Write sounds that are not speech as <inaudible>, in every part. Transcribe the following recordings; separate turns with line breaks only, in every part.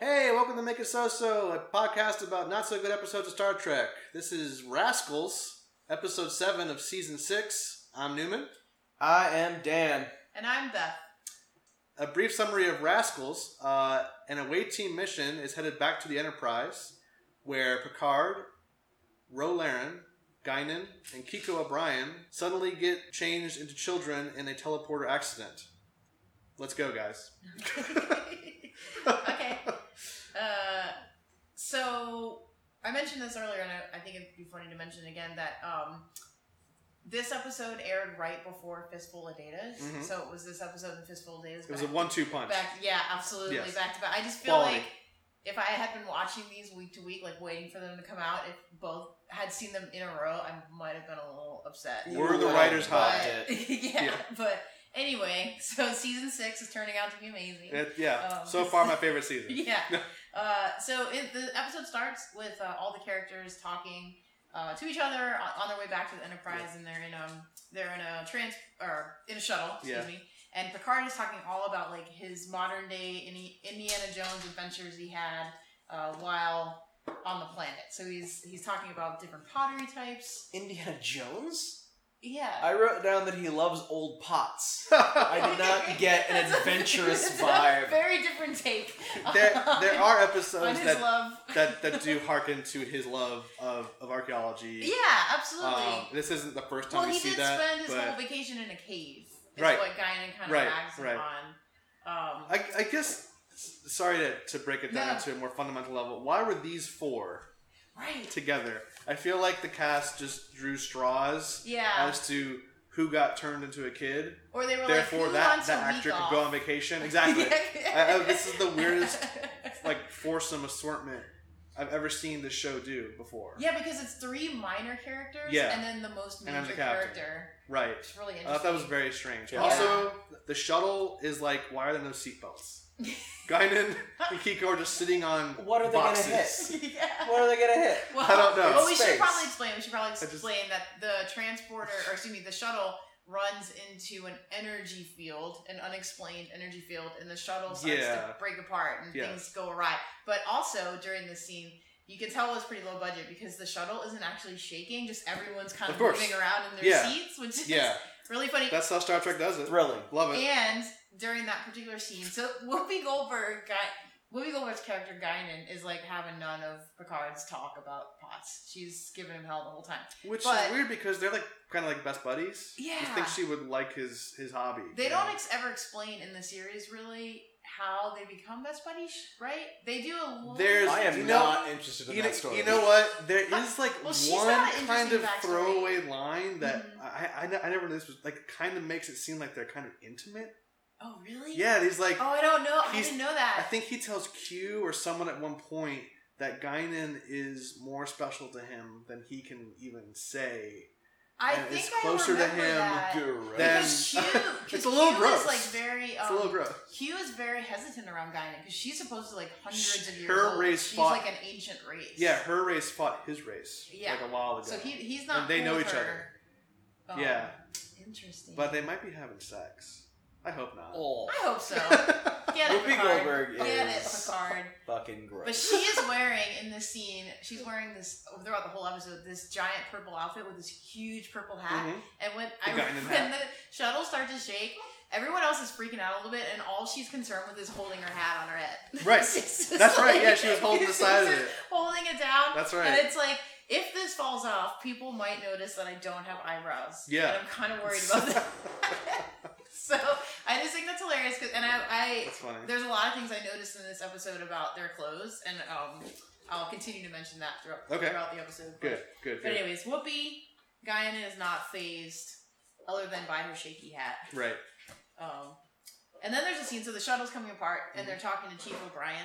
welcome to Make It So So, a podcast about not so good episodes of Star Trek. This is Rascals, episode 7 of season 6. I'm Newman.
I am Dan.
And I'm Beth.
<laughs> A brief summary of Rascals uh, an away team mission is headed back to the Enterprise, where Picard, Ro Laren, Guinan, and Kiko O'Brien suddenly get changed into children in a teleporter accident. Let's go, guys.
okay. Uh, so I mentioned this earlier, and I, I think it'd be funny to mention again that um, this episode aired right before Fistful of Data,
Mhm.
so it was this episode and Fistful of Data.
It was a one two punch.
Back, yeah, absolutely,
Yes.
back to back. I just feel
Quality.
like if I had been watching these week to week, like waiting for them to come out, if both had seen them in a row, I might have been a little upset.
Were the writers hot?
But, <laughs> yeah,
Yeah.
but anyway, so season six is turning out to be amazing.
It- yeah,
Um,
so far my favorite
<laughs>
season. <laughs>
yeah. Uh, so it, the episode starts with uh, all the characters talking uh, to each other on, on their way back to the Enterprise, and they're in um they're in a trans or in a shuttle, excuse
Yeah.
me. And Picard is talking all about like his modern day Indi- Indiana Jones adventures he had uh, while on the planet. So he's he's talking about different pottery types.
Indiana Jones?
Yeah.
I wrote down that he loves old pots. I did
<laughs>
not get an
That's a-
adventurous
<laughs> that's a
vibe.
Very different take.
there,
<laughs>
there are
on
episodes
his
that,
love.
<laughs> that that do hearken to his love of, of archaeology.
yeah, absolutely.
Um, this isn't the first time
Well,
we
he
see
did
that.
spend his
but
whole vacation in a cave. Is
Right.
what Guinan kind of
Right,
rags him
right.
on. Um,
I, I guess, sorry to, to break it down
No.
to a more fundamental level. Why were these four
right.
together? I feel like the cast just drew straws
Yeah.
as to who got turned into a kid.
Or they were
Therefore,
like, who
that,
wants
that
a week
actor
off?
could go on
<laughs>
vacation. Exactly. I- I- this is the weirdest, Like foursome assortment I've ever seen this show do before.
Yeah, because it's three minor characters
Yeah.
and then the most
And I'm
major
the captain.
character.
Right.
It's really
I
interesting.
thought that was very strange.
Yeah.
Also, the shuttle is like, why are there no
<laughs>
seatbelts? Guinan and Kiko are just sitting on.
What are they gonna
Boxes.
hit?
<laughs> yeah.
What are they gonna hit?
Well,
I don't know.
Well, we
Space.
should probably explain. We should probably
just-
explain that the transporter, or excuse me, the shuttle runs into an energy field, an unexplained energy field, and the shuttle starts
Yeah.
to break apart and
Yes.
things go awry. But also during this scene, you can tell it was pretty low budget because the shuttle isn't actually shaking; just everyone's kind
Of
of,
course.
moving around in their
Yeah.
seats, which is
Yeah,
<laughs> really funny.
that's how Star Trek does it.
Thrilling.
Love it.
And during that particular scene, so Whoopi Goldberg got Whoopi Goldberg's character Guinan is like having none of Picard's talk about pots. She's giving him hell the whole time.
Which
but-
is weird because they're like kind of like best buddies. You
Yeah.
think she would like his his hobby.
They
you
don't
know?
ex- ever explain in the series really how they become best buddies, right? They do a little.
There's-
I am
you know-
not interested in
you, know,
that story.
you know what? There is like
Well, she's
one
got an
kind of
interesting backstory.
throwaway line that
Mhm.
I I, I, ne- I never knew this was like kind of makes it seem like they're kind of intimate.
Oh really?
Yeah, and he's like,
Oh, I don't know. I
He's-
didn't know
I
that.
think he tells Q or someone at one point that Guinan is more special to him than he can even say.
I
and
think
it's
I
closer to
remember
him
that.
Guru.
Then-
Because Hugh,
<laughs> It's a little
Hugh
gross.
Is like very. Um,
It's a little gross.
Hugh is very hesitant around Guinan because she's supposed to like hundreds of years
Her
old.
race
she's
fought-
like an ancient race.
Yeah, her race fought his race
Yeah.
like a while ago.
So he he's not.
And they
cool
know
with
each
her. Um,
Yeah.
Interesting.
But they might be having sex. I hope not.
Oh,
I
<laughs>
hope so. Get it,
Whoopi
Picard.
Goldberg
Get
is-
it, Picard.
fucking
But
gross.
she is wearing in this scene, she's wearing this throughout the whole episode, this giant purple outfit with this huge purple hat. <laughs>
Mhm.
And when
The
I,
guy in the
<laughs> when the shuttle starts to shake, everyone else is freaking out a little bit, and all she's concerned with is holding her hat on her head. <laughs>
Right.
It's just
That's right.
like-
Yeah, she
<laughs>
was holding the side of it.
Holding it down.
That's right.
And it's like, if this falls off, people might notice that I don't have eyebrows.
Yeah.
And I'm kind of worried
<laughs>
about that. <laughs> so I just think that's hilarious. 'cause- and I, I
That's funny.
there's a lot of things I noticed in this episode about their clothes, and um, I'll continue to mention that throughout,
Okay.
throughout the episode.
Good, good,
But
good.
anyways, Whoopi, Guyana is not phased, other than by her shaky hat.
Right.
Um, and then there's a scene, so the shuttle's coming apart, and
Mhm.
they're talking to Chief O'Brien,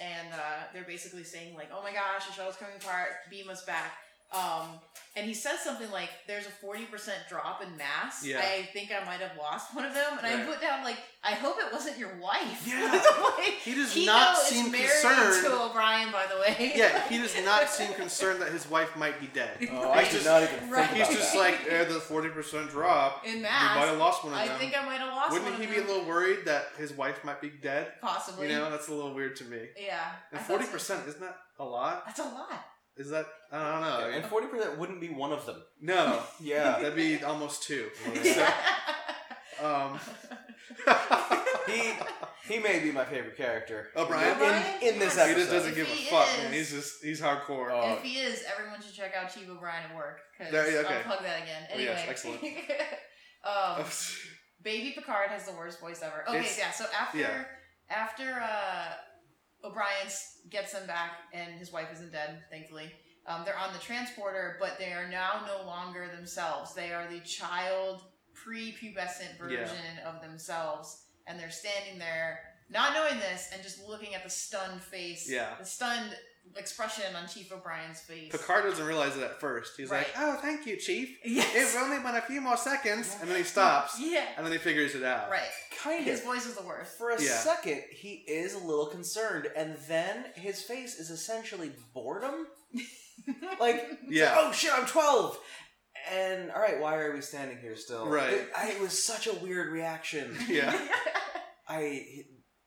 and uh, they're basically saying like, "Oh my gosh, the shuttle's coming apart. Beam us back." Um, and he says something like, "There's a forty percent drop in mass."
Yeah.
I think I might have lost one of them, and I
Right.
put down like, "I hope it wasn't your wife."
Yeah.
<laughs> Like,
He does
Kiko
not
is
seem
married
concerned.
to O'Brien, by the way.
<laughs> yeah, he does
<laughs>
not seem concerned that his wife might be dead.
Oh, I
He's
did
just-
not even
Right.
think
He's
about
just
that.
like, eh, the forty percent drop.
in
We might
mass.
have lost one of
I
them.
think I might have lost.
Wouldn't
one
he
of
be a
them.
little worried that his wife might be dead? You
Possibly.
know, that's a little weird to me.
Yeah. I
And
thought
forty percent
so.
isn't that a lot?
That's a lot.
Is that I don't know.
and forty percent wouldn't be one of them.
No,
<laughs> Yeah,
that'd be almost
<laughs>
two.
Yeah.
<laughs>
So, um, <laughs>
he he may be my favorite character.
O'Brien?
in, in this
Oh, he
episode.
just doesn't
If
give a
he
fuck,
is-
man. He's just he's hardcore.
Oh.
if he is, everyone should check out Chief O'Brien at work. Cause
Uh, There- yeah, okay.
I'll plug that again.
Oh,
Anyway.
yes, excellent.
<laughs>
Oh.
Oh,
um, Baby Picard has the worst voice ever. Okay,
It's-
yeah. So after
yeah.
after uh, O'Brien s- gets them back, and his wife isn't dead, thankfully. Um, they're on the transporter, but they are now no longer themselves. They are the child, prepubescent version of themselves, and they're standing there, not knowing this, and just looking at the stunned face,
Yeah.
the stunned expression on Chief O'Brien's
<laughs>
face.
Picard doesn't realize it at first. He's like,
Right.
"Oh, thank you, Chief.
yes.
It's only been a few more seconds," and then he stops,
<laughs> Yeah.
and then he figures it out.
Right.
kind
His
of.
voice is the worst.
For a
Yeah.
second, he is a little concerned, and then his face is essentially boredom.
<laughs>
like,
Yeah.
oh shit, I'm 12! And, alright, why are we standing here still?
Right.
It, I- it was such a weird
<laughs>
reaction.
<laughs>
Yeah.
I.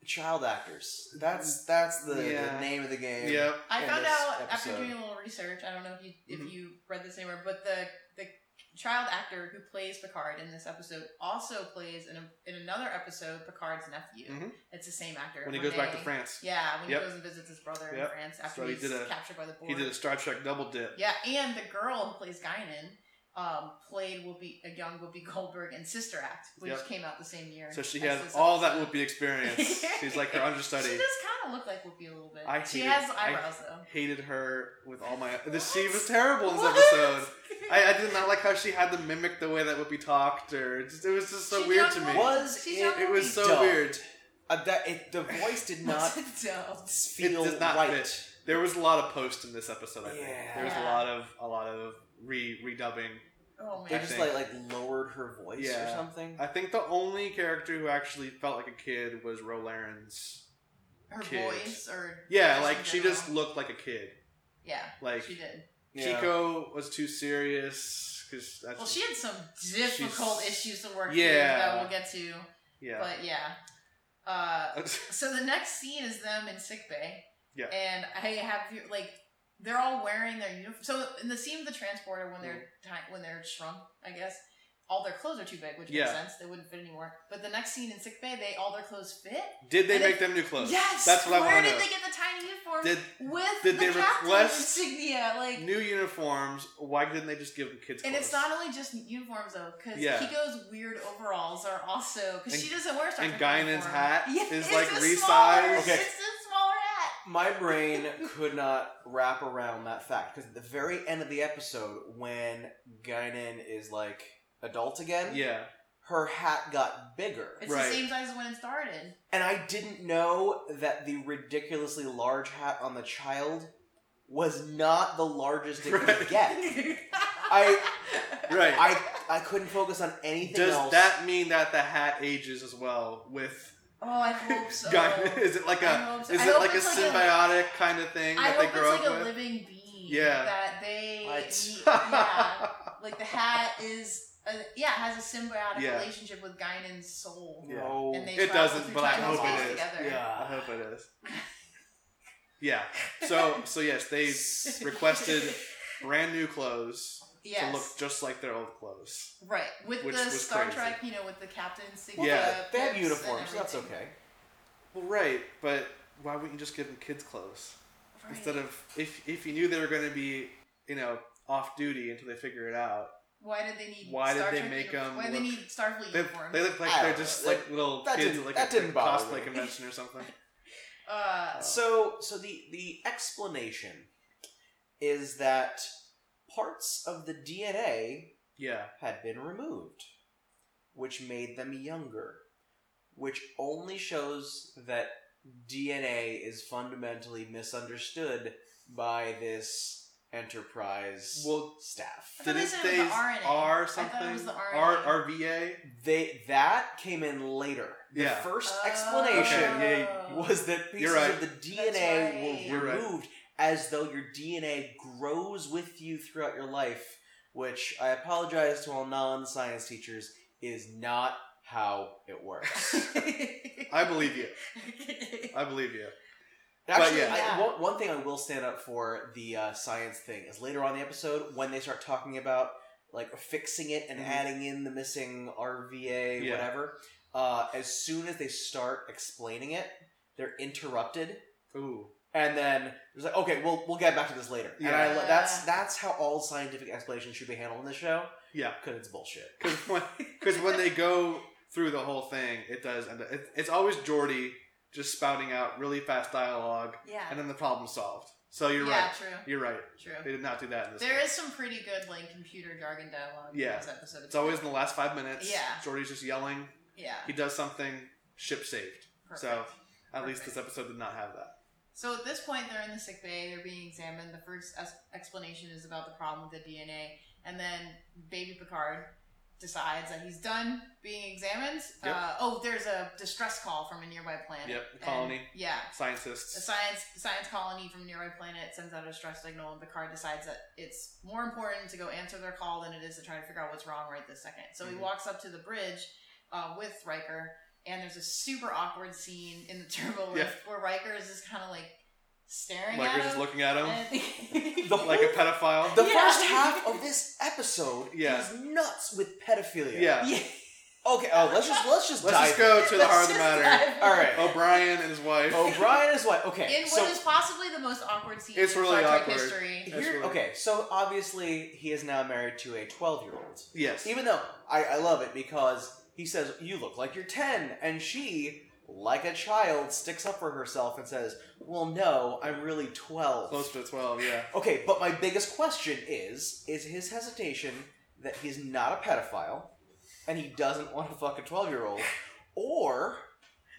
Child actors. That's that's the, the
Mm-hmm. Yeah.
name of the game.
Yep.
I
in
found
this
out
episode.
after doing a little research. I don't know if you if
Mhm.
you read this anywhere, but the the child actor who plays Picard in this episode also plays in a, in another episode Picard's nephew.
Mhm.
It's the same actor.
When he goes back to
René.
France,
Yeah, when
Yep.
he goes and visits his brother
Yep.
in France after
So he
he's
did a-
captured by the board.
he did a Star Trek double dip.
Yeah, and the girl who plays Guinan um, played Whoopi, a young Whoopi Goldberg in Sister Act, which
Yep.
came out the same year.
So she
as
has
this
all that
episode.
Whoopi experience. She's like
<laughs>
her
She
understudy.
does kind of look like Whoopi a little bit.
I
she
hated-
has
I-
eyebrows though.
Hated her with all my. The she
What?
was terrible in this
What?
episode. I, I
<laughs>
did not like how she had to mimic the way that Whoopi talked, or just, it was just so
She
weird
done
to me.
what?
Was
She's
it-
young
It was
Whoopi.
so <laughs>
<laughs>
Dumb.
weird.
Uh, that it, the
<laughs>
voice did not
Dope.
feel
does not
right.
fit. There was a lot of post in this episode. I think
Yeah.
there was a
Yeah.
lot of a lot of re redubbing.
Oh
They
I
man.
just
think.
like like lowered her voice
Yeah.
or something.
I think the only character who actually felt like a kid was Rolarin's.
Her
kids.
voice or
Yeah,
Just
like
in
she
general.
just looked like a kid.
yeah,
Like
she did.
Yeah.
Chico was too serious because that's
Well, she had some difficult
She's-
issues to work through
Yeah.
that we'll get to.
yeah.
But yeah. Uh,
<laughs> That's-
so the next scene is them in sick bay.
Yeah.
And I have like they're all wearing their uniform. So in the scene of the transporter when they're
Mm-hmm.
ti- when they're shrunk, I guess. All their clothes are too big, which makes
Yeah.
sense. They wouldn't fit anymore. But the next scene in sick bay, they all their clothes fit.
did they
And
make
they-
them new clothes?
Yes,
That's what I
Where
wanna
did
know.
they get the tiny uniforms?
Did
with
Did
the
they
captain's
request
insignia, like,
new uniforms? Why didn't they just give them kids?
and
clothes?
it's not only just uniforms though, because
Yeah.
Kiko's weird overalls are also because
And-
she doesn't wear Star
and
Trek
Guinan's
uniform.
hat
<laughs> Yeah,
is,
it's
like,
a
resized.
smaller-
Okay.
it's a smaller hat.
My brain could not wrap around that fact because at the very end of the episode, when Guinan is like adult again,
Yeah,
her hat got bigger,
It's
Right.
the same size as when it started.
and I didn't know that the ridiculously large hat on the child was not the largest it
Right.
<laughs>
could get. I
right.
I I couldn't focus on anything
Does
else.
that mean that the hat ages as well with
oh, I hope so.
guy? <laughs> Is it like
I
a
hope so.
is
I
it
hope
like a
it's
symbiotic kind of thing
I
that
hope
they grow
it's like
up
a
with?
living being.
Yeah.
That
<laughs>
they.
What?
Yeah. like the hat is uh yeah it has a symbiotic
Yeah.
relationship with Guinan's soul.
Yeah.
No.
And they
It
travel
doesn't,
through
but I
time and
hope it
space
is.
Together.
I
yeah.
hope it is. Yeah. So so yes,
<laughs>
they requested brand new clothes
yes.
to look just like their old clothes.
right with
which
the
was
Star
crazy.
Trek, you know, with the captain's
Well,
signature.
Yeah.
they
pips
have
and
uniforms. so That's
everything.
okay.
Well, right, but why wouldn't you just give them kids clothes
Right.
instead of if if you knew they were going to be you know off duty until they figure it out?
why did they need?
Why did
Star
they
Trek
make
uniforms?
'em
Why
look-
they need Starfleet
They,
uniforms?
they look like
I
they're
don't
just
know.
like little
that
kids
didn't-
at like
that
a,
didn't bother
cosplay
me.
convention or something.
uh,
So, so the the explanation is that parts of the DNA
Yeah.
had been removed, which made them younger, which only shows that DNA is fundamentally misunderstood by this Enterprise
Well,
staff.
I thought
did
they
it
said it
say
was the RNA.
R
I thought it
something?
was the
R
RNA.
RVA?
They that came in later. The
Yeah.
first
Oh.
explanation
Okay,
<laughs>
was that pieces
You're right.
of Uh, the
right.
DNA were
You're right.
removed as though your DNA grows with you throughout your life, which I apologize to all non-science teachers is not how it
<laughs>
works.
I believe you. I believe you. But
Actually,
yeah.
I,
Yeah.
one, one thing I will stand up for the uh, science thing is later on in the episode when they start talking about like fixing it and
Mhm.
adding in the missing RVA,
Yeah.
whatever. Uh, as soon as they start explaining it, they're interrupted,
Ooh. <laughs>
and then it's like, okay, we'll we'll get back to this later. And I, lo-
Yeah.
that's that's how all scientific explanations should be handled in this show.
Yeah.
because it's bullshit.
Because when, 'cause when they go through the whole thing, it does end up. It, it's always Jordy just spouting out really fast dialogue,
<laughs> yeah.
and then the problem's solved. So you're
yeah,
right. You're right.
true. True.
They did not do that in this.
There
one.
is some pretty good like computer jargon dialogue
Yeah.
in this episode.
It's always in the last five minutes.
Yeah.
Jordy's just yelling.
yeah.
He does something. Ship saved.
Perfect.
So at least
Perfect.
this episode did not have that.
So at this point, they're in the sick bay. They're being examined. The first es- explanation is about the problem with the DNA, and then baby Picard decides that he's done being examined.
Yep.
Uh, oh, there's a distress call from a nearby planet.
Yep, the
And-
colony.
yeah, the
Scientists.
science the science colony from a nearby planet sends out a distress signal, and Picard decides that it's more important to go answer their call than it is to try to figure out what's wrong right this second. So
Mhm.
he walks up to the bridge uh, with Riker, and there's a super awkward scene in the turbo where,
Yeah.
where Riker is just kind of like staring
Like
at
you're just
him.
looking at him
and- <laughs>
The
like a pedophile.
The
Yeah.
first half of this episode
Yeah.
is nuts with pedophilia.
Yeah.
yeah,
Okay. Oh, let's just let's just
Let's just
dive in.
go to the heart of the matter.
All right.
O'Brien and his wife.
O'Brien is what? Okay.
In
so
what is possibly the most awkward scene
It's
in
really
Star Trek
awkward.
history.
That's
here,
really-
okay, so obviously he is now married to a twelve-year-old.
Yes.
Even though I, I love it because he says you look like you're ten, and she, like a child, sticks up for herself and says, "Well, no, I'm really 12.
Close to twelve. Yeah.
Okay, but my biggest question is: is his hesitation that he's not a pedophile and he doesn't want to fuck a twelve-year-old, or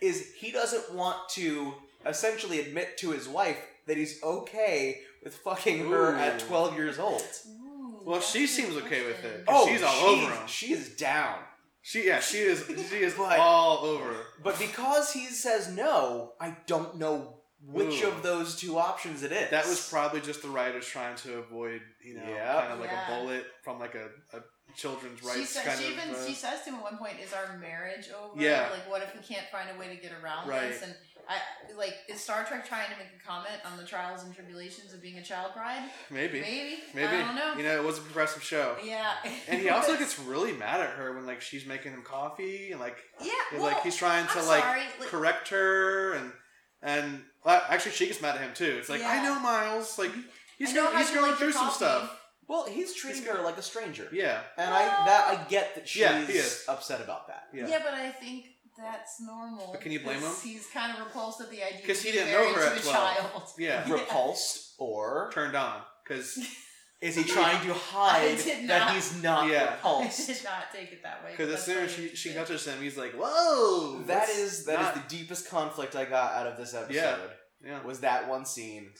is he doesn't want to essentially admit to his wife that he's okay with fucking her
Ooh.
at twelve years old?
Ooh,
Well,
that's
she
a good
seems okay with
Oh,
question.
it. she's all over him.
She is down.
She yeah. She
<laughs>
is. She is
But-
all over.
But because he says no, I don't know which
Ooh.
of those two options it is.
Hmm. That was probably just the writers trying to avoid, you know,
Yeah.
kind of like
Yeah.
a bullet from like a, a children's rights
She says
kind
she
of.
even
uh,
she says to him at one point, "Is our marriage over?
Yeah.
Like, what if we can't find a way to get around
Right.
this?" And I like, is Star Trek trying to make a comment on the trials and tribulations of being a child bride?
<laughs> maybe,
Maybe.
maybe.
I don't know.
You know, it was a progressive show.
<laughs> yeah.
And he also gets really mad at her when like she's making him coffee and like
<laughs> yeah.
and,
well,
like he's trying to
I'm
like
sorry. Like,
correct her and and well, actually she gets mad at him too. It's like I
Yeah.
know Miles, like he's
I know
going,
how
he's
you
going
like your
through some
coffee.
stuff.
Well, he's treating her like a stranger.
Yeah,
And I that I get that she's
Yeah, he is.
upset about that.
yeah.
Yeah. but I think that's normal.
But can you blame
'cause
him?
He's kind of repulsed at the idea
'Cause
of
he
being
didn't know
married
her
to
at
a
12.
child.
<laughs> yeah.
Repulsed or
Turned on
<laughs>
because
is
<laughs>
he trying to hide
I did
that
not-
he's not
Yeah.
<laughs> I <laughs>
repulsed?
did not take it that way.
because
but
as
that's
soon as
what I
she she
understood.
touches him, he's like whoa.
That
that's
is that is
not-
the deepest conflict I got out of this episode.
Yeah. yeah.
Was that one scene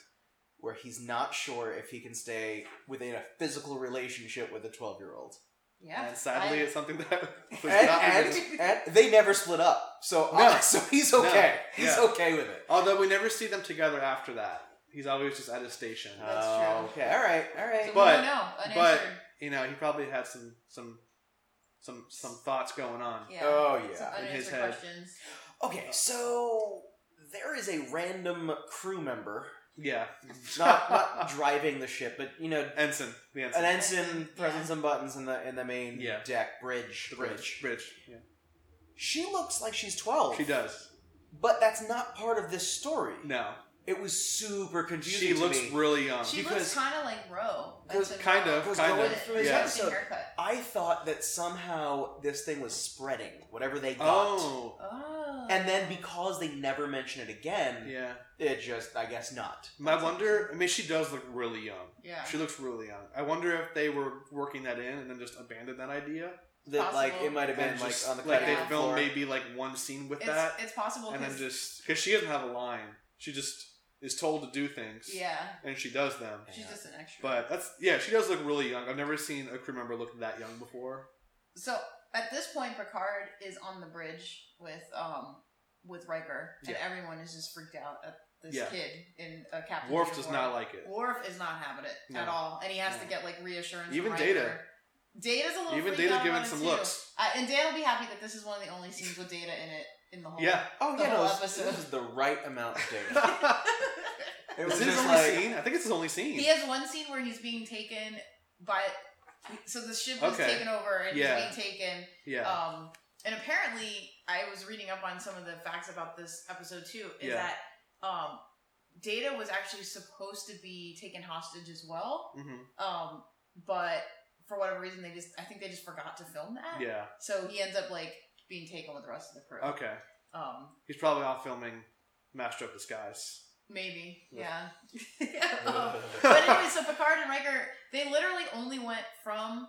where he's not sure if he can stay within a physical relationship with a twelve year old.
Yeah.
And sadly,
I-
it's something that <laughs> was
And,
not
and,
written.
and they never split up. So
No.
uh, <laughs> so he's okay.
No.
He's
Yeah.
okay with it.
Although we never see them together after that. He's always just at his station.
That's
Oh,
true.
Okay, alright, alright.
So
But-
we don't know.
but-
Unanswered.
You know, he probably had some some some some thoughts going on.
yeah.
Oh yeah.
Some
in his
unanswered
head.
questions.
Okay, so there is a random crew member,
Yeah. <laughs>
not not driving the ship, but you know,
ensign. The ensign.
an ensign pressing some buttons in the in the main
Yeah.
deck bridge.
The bridge. Bridge. Yeah.
She looks like she's twelve.
She does.
but that's not part of this story.
No.
It was super confusing.
She
to
looks
me.
really young.
She
because-
looks kind of like Ro.
Because-
That's a
Um, kind
Ro.
of,
Because
kind
going
of.
through his
yeah.
Interesting
episode,
haircut.
I thought that somehow this thing was spreading, whatever they got.
Oh.
Oh.
And then because they never mention it again,
Yeah.
it just, I guess not.
I wonder. I mean, she does look really young.
yeah.
She looks really young. I wonder if they were working that in and then just abandoned that idea.
That, like,
Possible.
it might have been,
And
like,
just-
on the
like
cutting
they
cutting
filmed
floor.
maybe like one scene with
it's,
that.
it's possible
and then
because
just because she doesn't have a line, she just is told to do things,
Yeah.
and she does them.
She's
Yeah.
just an extra.
But that's yeah, she does look really young. I've never seen a crew member look that young before.
so at this point, Picard is on the bridge with um with Riker, and
Yeah.
everyone is just freaked out at this
Yeah.
kid in a captain.
Worf does
uniform.
not like it.
Worf is not having it at
No.
all, and he has to
No.
get like reassurance.
Even
from
Data.
Riker. Data's a little.
Even
freaked
Data's
out
giving
about it,
some
too.
looks. <laughs>
<laughs> Uh, and Data will be happy that this is one of the only scenes with Data in it in the whole.
Yeah.
Oh
The
yeah, no,
whole
this,
episode.
this is the right amount
<laughs>
of data.
is
It was
this his
just
only
like
scene? I think it's his only scene.
He has one scene where he's being taken by. So the ship was
Okay.
taken over and
Yeah.
he's being taken.
yeah.
Um, and apparently, I was reading up on some of the facts about this episode too. Is
Yeah.
that um, Data was actually supposed to be taken hostage as well,
hmm
um, but for whatever reason, they just I think they just forgot to film that.
Yeah.
So he ends up like being taken with the rest of the crew.
Okay.
Um,
He's probably off filming Master of
<laughs>
Disguise.
maybe. Yeah. <laughs>
Yeah.
Um,
<laughs>
but anyway, so Picard and Riker, they literally only went from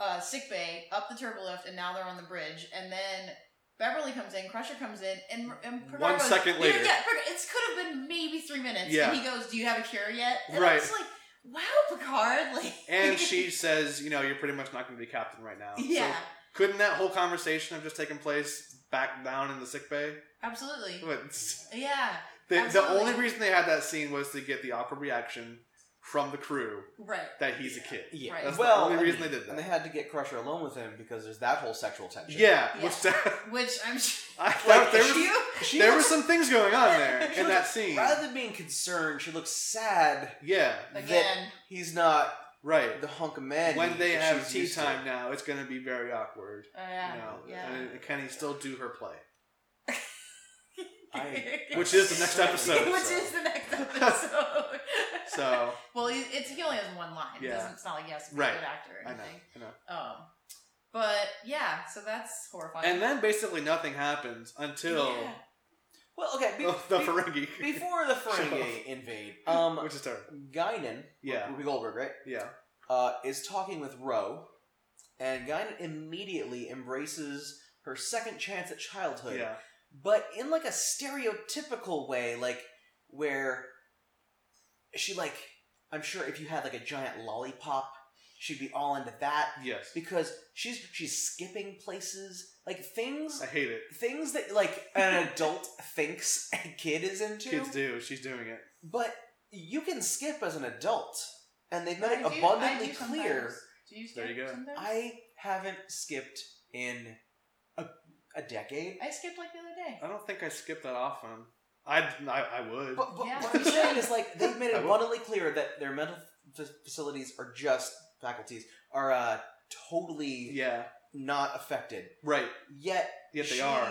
uh, sick bay up the turbo lift, and now they're on the bridge. And then Beverly comes in, Crusher comes in, and, and Picard
One
goes,
second
"Yeah,
later."
yeah, Picard- it could have been maybe three minutes.
Yeah.
And he goes, "Do you have a cure yet?" And I
Right.
was like, "Wow, Picard!" <laughs> Like,
<laughs>
and she says, you know, you're pretty much not going to be captain right now. So
yeah,
couldn't that whole conversation have just taken place back down in the sick bay? <laughs>
absolutely,
But
yeah,
The, the
Absolutely.
only reason they had that scene was to get the awkward reaction from the crew
right,
that he's a kid.
<laughs> yeah.
Right.
That's
well,
the only
and-
reason they did
and they
that.
had to get Crusher alone with him because there's that whole sexual tension.
Yeah,
Yeah.
which
which I'm sure
<laughs> I,
Like,
there,
she-
was,
you.
<laughs> she
there were
looks-
some things going on there
<laughs> she
in that
looks-
scene.
Rather than being concerned, she looks sad.
Yeah,
that
Again.
he's not
right.
the hunk of man.
When they
that
have
she's
tea
used to.
time now, it's going to be very awkward.
Oh, yeah,
You know,
yeah.
and can he still do her
<laughs>
play?
I-
Which is the
<laughs>
next episode.
<laughs> Which is the next episode.
<laughs> So
Well, he- it's he only has one line. It
Yeah.
doesn't, it's not like he has to be
Right.
a good actor or
I know,
anything.
I know.
Um, but yeah, so that's horrifying.
And then basically nothing happens until
Yeah.
Well, okay. Be,
<laughs> the
be-
Ferengi,
before
<laughs>
the Ferengi invade, um,
which is terrible.
Guinan,
Yeah,
Ruby Goldberg, right,
yeah,
uh, is talking with Ro, and Guinan immediately embraces her second chance at childhood,
yeah.
but in like a stereotypical way, like where she like, I'm sure if you had like a giant lollipop, she'd be all into that
Yes,
because she's she's skipping places, like things
I hate it.
things that like an adult <laughs> thinks a kid is into.
Kids do. She's doing it.
But you can skip as an adult, and they've made it
I do-
abundantly
I do
clear.
sometimes. Do you skip
There you go.
sometimes? I,
I haven't skipped in a, a decade.
skipped like the other day.
I don't think I skipped that often. I'd, I I would.
But, but
Yeah.
what I'm saying is, like, they've made
<laughs>
it
I will.
abundantly clear that their mental f- facilities are just faculties are uh, totally
yeah,
not affected.
right.
Yet
Yet they
she-
are.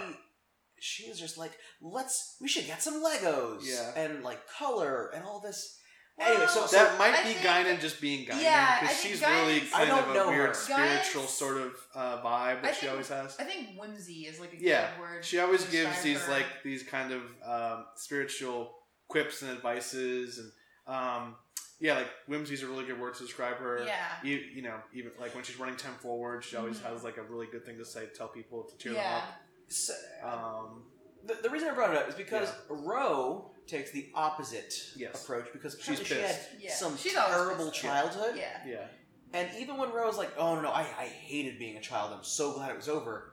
She is just like, let's. We should get some Legos
Yeah.
and like color and all this. Anyway, so-
Well,
so-
That might
I
be
think-
Guinan just being Guinan
Yeah, I
because
think
she's
Guinan's-
really
I
kind
don't
of a
know
weird
her.
spiritual
Guinan's-
sort of uh, vibe
I
that she
think-
always has.
I think whimsy is like a
Yeah.
good word.
She always
to
gives
describe
these
her.
like these kind of um, spiritual quips and advices and um, yeah, like whimsy's a really good word to describe her.
yeah,
You, you know, even like when she's running ten forward, she always
Mhm.
has like a really good thing to say to tell people to cheer
yeah,
so
them up. Um,
The, the reason I brought it up is because Roe takes the opposite
Yes.
approach because
She's
apparently she had
pissed.
yeah.
some
She's always
terrible
pissed
childhood.
off. Yeah,
yeah,
And even when Roe was like, oh no, no, I, I hated being a child, I'm so glad it was over,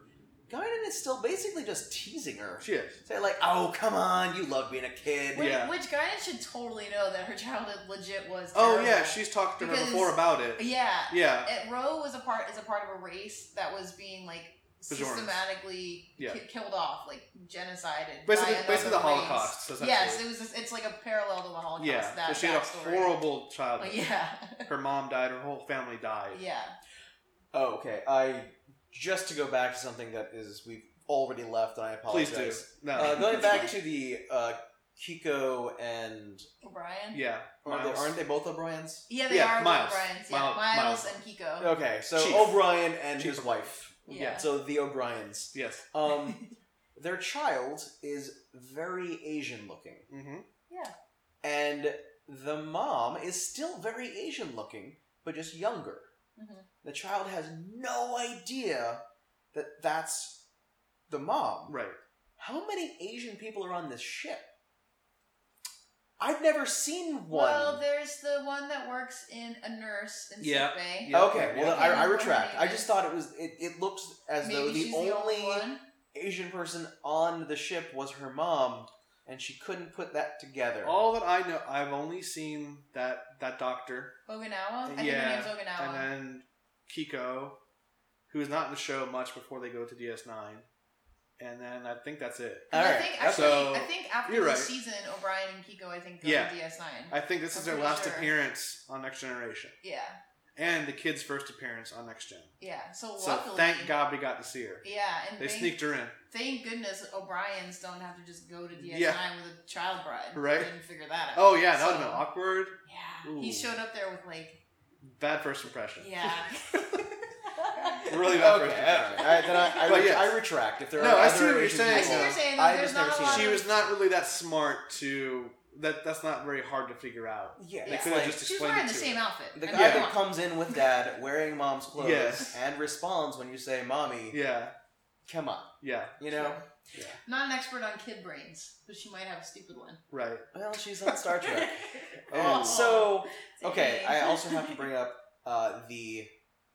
Guinan is still basically just teasing her.
she is.
Say, like, oh, come on, you love being a kid.
which,
Yeah.
which Gaia should totally know that her childhood legit was.
Oh
terrible.
yeah, she's talked to her
Because-
before about it.
yeah,
Yeah,
it, Roe was a part is a part of a race that was being like
Bajoran.
systematically
Yeah.
ki- killed off, like genocided.
basically,
by another
basically the
race.
Holocaust.
Yes,
essentially.
it was. It's like a parallel to the Holocaust.
yeah. so
that
she had a
backstory.
horrible childhood.
Like, <laughs> yeah,
Her mom died. Her whole family died.
yeah.
Oh, okay. I just to go back to something that is we've already left, and I apologize.
Please do. No.
Uh, going back to the uh, Kiko and
O'Brien.
yeah,
aren't they,
Miles.
aren't they both O'Briens?
Yeah, they
Yeah,
are
Miles.
O'Briens. Yeah,
Mile-
Miles,
Miles.
and Kiko.
Okay, so
Chief.
O'Brien and
Chief.
his wife.
Yeah.
So the O'Briens.
Yes. <laughs>
Um, their child is very Asian looking,
Mm-hmm.
and the mom is still very Asian looking, but just younger.
Mhm.
The child has no idea that that's the mom.
Right.
How many Asian people are on this ship? I've never seen one.
Well, there's the one that works in a nurse in
Yeah.
sick bay.
Yeah.
okay, well,
Yeah.
then I,
Yeah.
I retract. I just thought it was. It, it looked as
Maybe
though
she's
the only
one.
Asian person on the ship was her mom, and she couldn't put that together.
All that I know, I've only seen that that doctor
Oganawa. I think
Yeah,
her name's Oganawa.
and then Kiko, who is not in the show much before they go to DS9, and then I think that's it.
And
All
I
right,
think
that's-
actually,
So,
I think after
you're
the
right.
season, O'Brien and Kiko, I think go
Yeah.
to DS9.
I think this is
I'm
their
pretty
last
sure.
appearance on Next Generation,
yeah,
and the kid's first appearance on Next Gen.
yeah. So,
So
Oh, luckily,
thank God we got to see her.
Yeah, and
They
thank,
sneaked her in.
thank goodness O'Brien's don't have to just go to DS9 with a child bride.
Right.
I didn't figure that out.
Oh yeah, that would have
So,
been awkward.
Yeah,
Ooh.
he showed up there with like,
Bad first impression.
yeah.
<laughs> Really
Okay,
bad
all
first
right.
impression.
all right, then I, I,
But
ret-
yes.
I retract. If there
No,
are
I
other
see what you're
Asian
saying.
<laughs> I
people,
see what you're saying. though,
I've
there's
just never
not a
seen
lot
it.
She
of-
was not really that smart to that. That's not very hard to figure out.
Yeah,
They
it's
could have
like-
just
She's
explained
wearing
it
the
to
same
her.
outfit.
The
I
guy
mean,
Yeah.
come
that
on.
comes in with dad wearing mom's clothes
Yes.
and responds when you say mommy,
Yeah,
come on.
yeah,
You know?
Not an expert on kid brains, but she might have a stupid one.
right.
Well, she's on Star
<laughs>
Trek.
<laughs> Oh.
And <laughs> so,
It's
okay,
okay.
I also have to bring up uh, the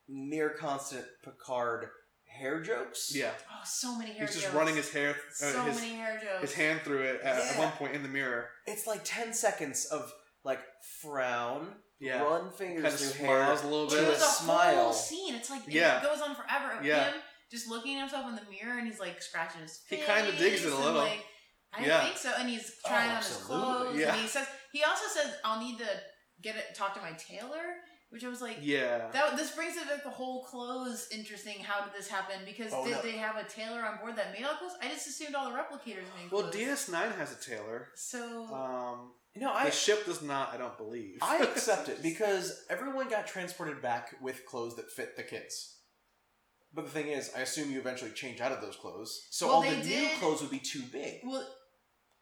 near constant Picard hair jokes.
Yeah,
Oh, so many hair
he's just
jokes.
running his hair, uh,
so
his
many hair jokes.
his hand through it at, at
Yeah.
one point in the mirror.
It's like 10 seconds of like frown,
Yeah,
run
kind
fingers
of
through hair.
smiles a little
It
She
bit.
was
was
a
smile.
whole scene. It's like
Yeah.
it goes on forever. Of
Yeah.
Him just looking at himself in the mirror and he's like scratching his
He
face.
kinda digs it a
and,
little.
like, I
Yeah.
think so. And he's
Oh,
trying on his
absolutely.
clothes.
Yeah.
And he says he also says I'll need to get it talk to my tailor, which I was like.
Yeah,
That, this brings it like the whole clothes interesting. How did this happen? Because
Oh,
did
no.
they have a tailor on board that made all clothes? I just assumed all the replicators made
well,
clothes.
DS9 has a tailor.
So
Um,
No,
the
I,
ship does not. I don't believe.
I
<laughs>
<laughs>
accept it because everyone got transported back with clothes that fit the kids. But the thing is, I assume you eventually change out of those clothes, so
Well,
all the
they
new
did-
clothes would be too big.
Well,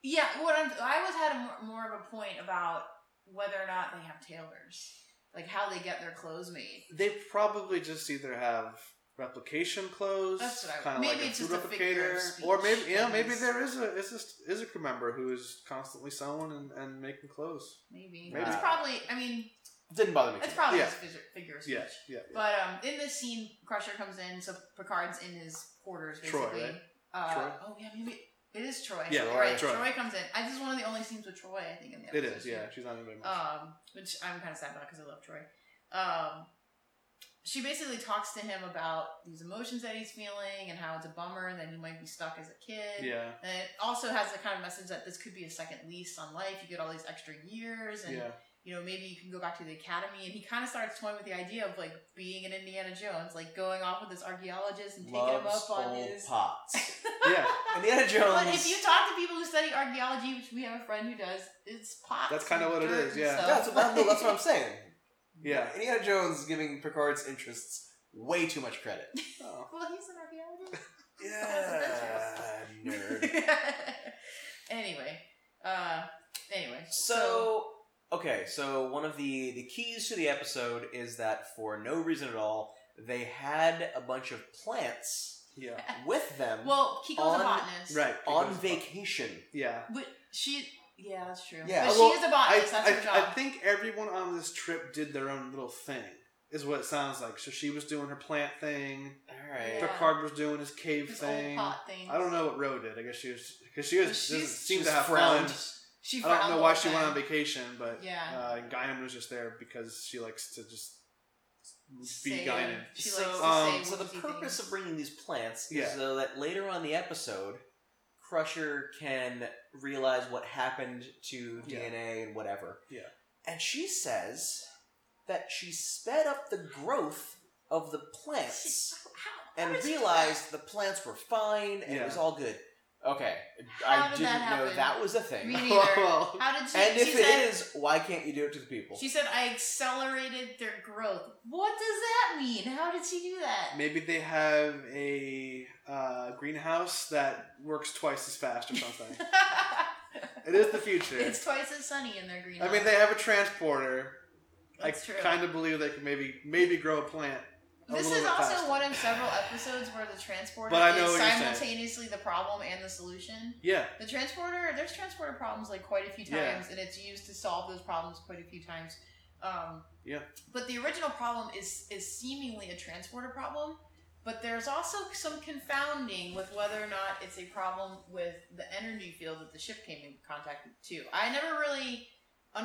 yeah. What I'm, I was had a more, more of a point about whether or not they have tailors, like how they get their clothes made.
They probably just either have replication clothes,
That's what I-
kind of
maybe
like a
it's
food
just a figure of
replicator,
speech
or maybe yeah,
that
maybe
is-
there is a is a, is a crew member who is constantly sewing and, and making clothes.
Maybe,
Maybe.
it's probably. I mean,
Didn't bother me.
it's
too much.
probably
Yeah.
just figure, figure of speech.
Yeah, yeah, yeah.
But um, in this scene, Crusher comes in, so Picard's in his quarters,
Troy,
basically.
right?
Uh,
Troy?
Oh yeah, maybe it is Troy.
Yeah,
You're
Troy.
right.
Troy.
Troy. comes in. I, this is one of the only scenes with Troy, I think, in the
it
episode.
is.
too.
Yeah, she's not even.
um, which I'm kind of sad about because I love Troy. Um, she basically talks to him about these emotions that he's feeling and how it's a bummer and that he might be stuck as a kid.
yeah,
And it also has the kind of message that this could be a second lease on life. You get all these extra years, and <laughs>
yeah,
you know maybe you can go back to the academy. And he kind of starts toying with the idea of like being an Indiana Jones, like going off with this archaeologist and taking him
Loves
up on
old
his. <laughs>
pots.
yeah.
Indiana Jones.
But
<laughs>
if you talk to people who study archaeology, which we have a friend who does, it's pots.
That's kinda
and
what it
dirt
is,
and
yeah.
stuff.
that's, what, no, that's what I'm saying.
Yeah.
Indiana Jones is giving Picard's interests way too
<laughs>
much credit.
Oh.
Well, he's an archaeologist.
nerd.
<laughs> anyway, uh, anyway.
So okay, so one of the the keys to the episode is that for no reason at all, they had a bunch of
<laughs>
plants
Yeah.
with them
well, Kiko's
on-
a botanist.
Right.
on
because- uh,
vacation.
Yeah.
But she, yeah, that's true.
Yeah.
But
Well,
she is a
I,
botanist. that's her
I, I
job.
think everyone on this trip did their own little thing, is what it sounds like. So she was doing her plant thing.
All right.
Yeah.
Picard was doing his cave
this
thing.
old pot thing.
I don't know what Ro did. I guess she was because she was
She's-
doesn't seem
she's
to have
frowned.
fun.
She
I don't
frowned
know
the
why
whole
she went on
time.
vacation, but
Yeah.
uh, Guinan was just there because she likes to just be
Say-
Guinan.
She
So,
likes to
um,
say
So the
woodsy <laughs>
purpose of
things.
bringing these plants is
Yeah.
so that later on in the episode, Crusher can realize what happened to
Yeah.
DNA and whatever.
Yeah.
And she says that she sped up the growth of the plants
How- how
and
does-
realized the plants were fine and
Yeah.
it was all good. Okay,
How
I
did
didn't
that
know
happen?
that was a thing.
Me
<laughs> and
neither.
<laughs> Well,
How did she?
if
she
it is,
said,
why can't you do it to the people?
she said, "I accelerated their growth." What does that mean? How did she do <laughs> that?
maybe they have a uh, greenhouse that works twice as fast or something. it is the future.
<laughs> It's twice as sunny in their greenhouse.
I mean, they have a transporter.
That's
I
true.
kind of believe they could maybe maybe grow a plant. a
This
little
is
bit
also
faster.
one of several episodes where the transporter
But I know
is
what you're saying.
simultaneously the problem and the solution.
Yeah,
The transporter, there's transporter problems like quite a few times,
Yeah.
and it's used to solve those problems quite a few times. Um,
Yeah.
But the original problem is is seemingly a transporter problem, but there's also some confounding with whether or not it's a problem with the energy field that the ship came in contact with too. I never really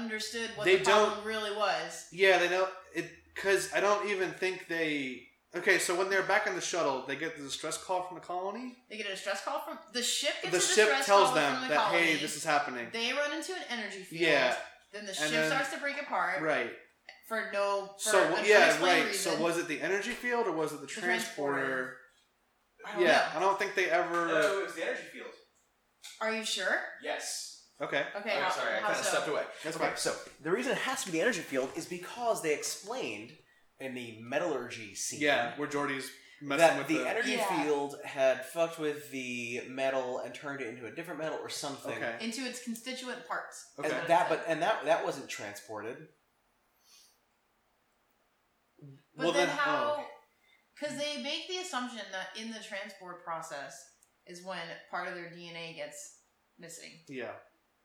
understood what
They
the problem really was.
yeah, they know it because I don't even think they. Okay, so when they're back in the shuttle, they get the distress call from the colony.
They get a distress call from the ship. Gets
the
a
ship
distress
tells
call
them
from the
that
colony.
hey, this is happening.
They run into an energy field.
Yeah.
Then the
And
ship
then-
starts to break apart
Right.
for no. For
So
an
yeah,
unexplained
right.
Reason.
So was it the energy field or was it the, transporter?
transporter. I don't
yeah,
know.
I don't think they ever.
No, it was the energy field.
Are you sure?
Yes.
Okay,
Okay.
Okay,
how,
sorry, I
how
kinda
so?
stepped
away.
that's
Okay,
fine.
so the reason it has to be the energy field is because they explained in the metallurgy scene
Yeah, where Jordy's messing
that
with
the,
the.
energy
Yeah.
field had fucked with the metal and turned it into a different metal or something.
okay.
Into its constituent parts.
Okay.
And that, but and that that wasn't transported.
But
Well,
then,
then- oh,
how? Because they make the assumption that in the transport process is when part of their DNA gets missing,
Yeah.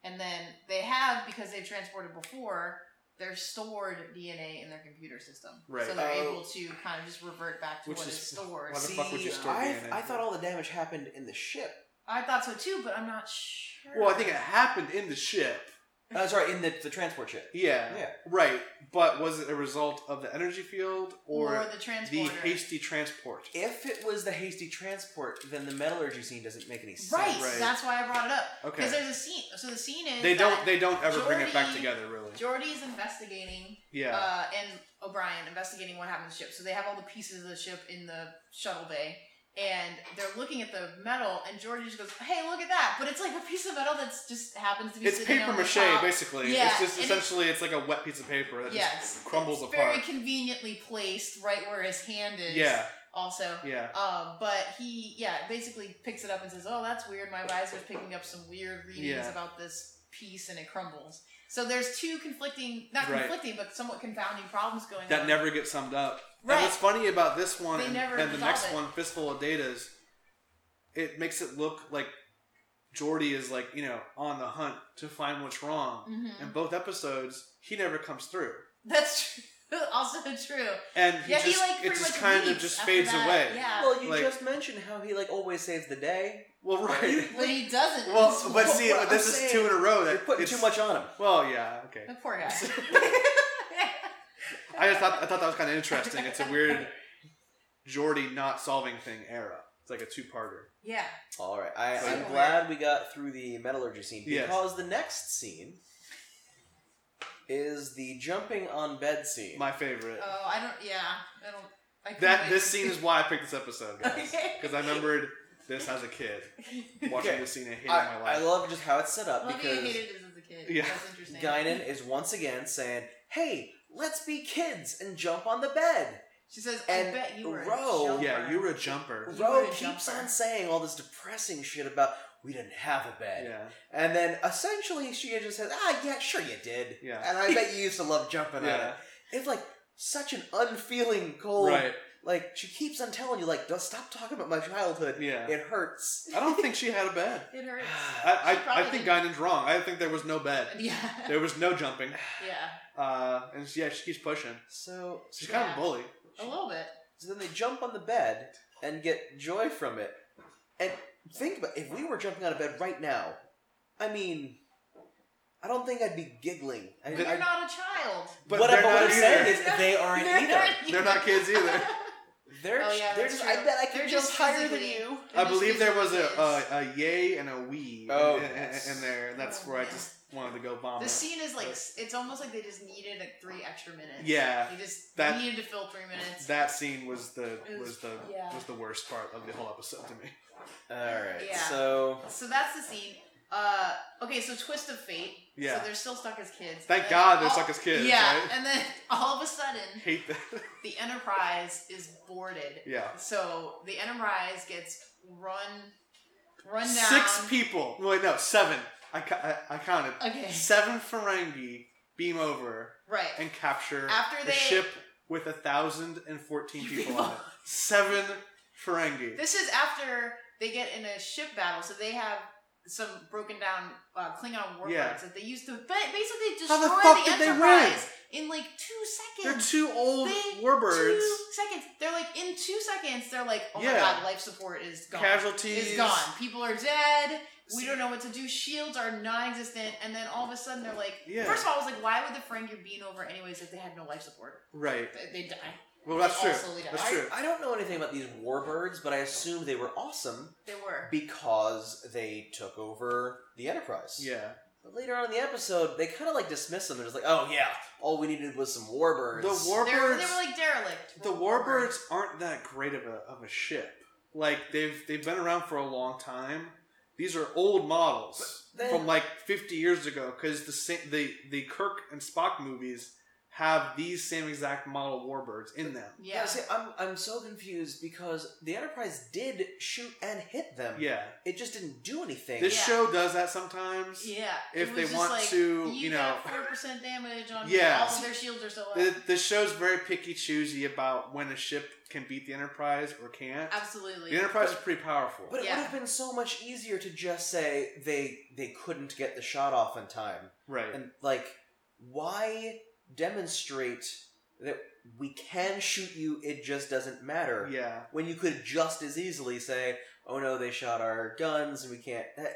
and then they have because they've transported before. Their stored DNA in their computer system,
Right.
so they're
Oh.
able to kind of just revert back to
Which
what
is-
is stored.
Why the
See,
fuck would you store
I,
DNA?
I thought all the damage happened in the ship.
I thought so too, but I'm not sure.
Well, I think it happened in the ship.
Uh, sorry, in the, the transport ship.
Yeah.
Yeah.
Right, but was it a result of the energy field
or,
or
the
the
transporter.
hasty transport?
If it was the hasty transport, then the metallurgy scene doesn't make any sense.
right,
Right.
That's why I brought it up because
Okay.
there's a scene. So the scene is
They don't.
that
They don't ever bring it back
Jordy-
together, really.
Jordy's investigating,
Yeah.
uh, and O'Brien investigating what happened to the ship. So they have all the pieces of the ship in the shuttle bay, and they're looking at the metal, and Jordy just goes, "Hey, look at that!" But it's like a piece of metal that's just happens to be
it's
sitting
paper
on the
mache,
top.
basically.
Yeah,
It's just
and it-
essentially it's like a wet piece of paper that
Yes,
crumbles
it's Very
apart.
conveniently placed, right where his hand
just
is.
yeah,
Also,
yeah,
Um, but he, yeah, basically picks it up and says, "Oh, that's weird. My advisor's picking up some weird readings
Yeah.
about this piece, and it crumbles." So there's two conflicting, not
Right.
conflicting, but somewhat confounding problems going
that
on.
never gets summed up.
Right.
And what's funny about this one
They
and,
never
and the
resolve
next
it.
one, Fistful of Data's, it makes it look like Jordy is like you know on the hunt to find what's wrong.
Mhm.
In both episodes, he never comes through,
That's true. <laughs> also true.
and he
yeah,
just
he like
it
pretty
just
much
kind of
leaves
just
after
fades
that.
away.
Yeah.
Well, you
Like-
just mentioned how he like always saves the day.
Well, right.
but he doesn't.
<laughs> well,
He's-
but see,
Well, I'm
this is
saying,
two in a row. That
You're putting too
it's-
much on him.
<laughs> Well, yeah, okay.
<laughs> the poor guy.
I just thought I thought that was kind of interesting. It's a weird Jordy not solving thing era. It's like a two parter.
yeah.
All right, I,
So-
I'm glad we got through the metallurgy scene
Yes.
because the next scene is the jumping on bed scene.
My favorite.
Oh, I don't. Yeah, I don't. I couldn't
that
wait
this
to
scene is
see-
why I picked this episode, guys, <laughs>
<laughs> Okay.
because I remembered this as a kid watching
Okay.
this scene and hating
I,
my
I
life.
love just how it's set up
Love you
because
hated it as a kid.
Yeah.
That's interesting.
Guinan is once again saying, "Hey, let's be kids and jump on the bed."
She says,
And
"I bet you were
Roe-
a jumper."
yeah, you were a jumper.
You were
Ro
a
keeps
jumper.
on saying all this depressing shit about we didn't have a bed,
Yeah,
and then essentially she just says, "Ah, yeah, sure you did,
Yeah.
and I bet you used to love jumping on it."
yeah,
It's like such an unfeeling, cold,
right.
Like she keeps on telling you, like, don't stop talking about my childhood.
Yeah,
It hurts.
I don't think she had a bed.
<sighs> It hurts.
I
She
I, I
probably
think
didn't.
Guinan's wrong. I think there was no bed.
Yeah. <laughs>
There was no jumping.
yeah.
Uh, and she- yeah, she keeps pushing.
so,
She's kind of
Yeah.
a bully.
A little bit.
so then they jump on the bed and get joy from it. And think about if we were jumping out of bed right now. I mean, I don't think I'd be giggling. I mean,
But-
You're
I,
not a child.
But
what,
they're
I'm- but what
not
I'm
either.
saying is they aren't
They're
either.
not
<laughs> They're not kids either.
<laughs> They're,
Oh, yeah,
they're
that's
just. I
true.
bet I could
They're
jump
just
higher than
physically-
you.
I
They're just
believe there was a, uh,
kids.
a, a yay and a we
Oh,
in, in-
yes.
in there, and that's
Oh,
where I
yeah.
just wanted to go
the
vomit.
scene is like it's almost like they just needed like three extra minutes.
Yeah.
They just
That-
needed to fill three minutes.
That scene was the
It was-
was the
yeah.
was the worst part of the whole episode to me.
All right.
Yeah.
So
so that's the scene. Uh, okay, so twist of fate.
Yeah.
So they're still stuck as kids.
Thank
And
God they're
all-
stuck as kids.
oh, Yeah.
right?
And then <laughs> all of a sudden,
hate that.
the Enterprise is boarded.
<laughs> yeah,
So the Enterprise gets run, run down.
six people. Wait, no, seven. I ca- I, I counted
Okay.
seven Ferengi beam over
Right.
and capture
After
the
they-
ship with a thousand and fourteen
People.
people on it. Seven Ferengi.
This is after they get in a ship battle, so they have some broken down uh, Klingon warplanes
Yeah.
that they used to ba- basically destroy
How the fuck
the
did they
Enterprise in like two
They're
seconds.
two old
They-
warbirds.
Two seconds. They're like in two seconds. They're like, oh my
Yeah.
god, life support is gone.
Casualties
is gone. People are dead. We don't know what to do. Shields are non-existent, and then all of a sudden they're like.
Yeah.
First of all, I was like, why would the Ferengi be over anyways if they had no life support?
Right.
They, they die.
Well, that's
they
true.
all slowly die.
That's
I,
true.
I don't know anything about these warbirds, but I assume they were awesome
They were.
because they took over the Enterprise.
Yeah.
But later on in the episode, they kind of like dismiss them. They're just like, "Oh yeah, all we needed was some warbirds."
The
They were, they
warbirds.
were like derelict.
The warbirds aren't that great of a of a ship. Like they've they've been around for a long time. These are old models
But then-
from like 50 years ago because the sa- the the Kirk and Spock movies have these same exact model warbirds in them.
Yeah,
Yeah.
see, I'm I'm so confused because the Enterprise did shoot and hit them.
Yeah,
It just didn't do anything.
this
Yeah.
show does that sometimes.
Yeah.
If
It was
they
just
want
like,
to, you know,
four percent damage on
Yeah.
all of their shields or so.
the, the show's very picky choosy about when a ship can beat the Enterprise or can't.
Absolutely.
The Enterprise is pretty powerful.
but it
Yeah.
would have been so much easier to just say they they couldn't get the shot off in time.
right.
And like, why demonstrate that we can shoot you? It just doesn't matter.
yeah.
When you could just as easily say, "Oh no, they shot our guns and we can't." eh,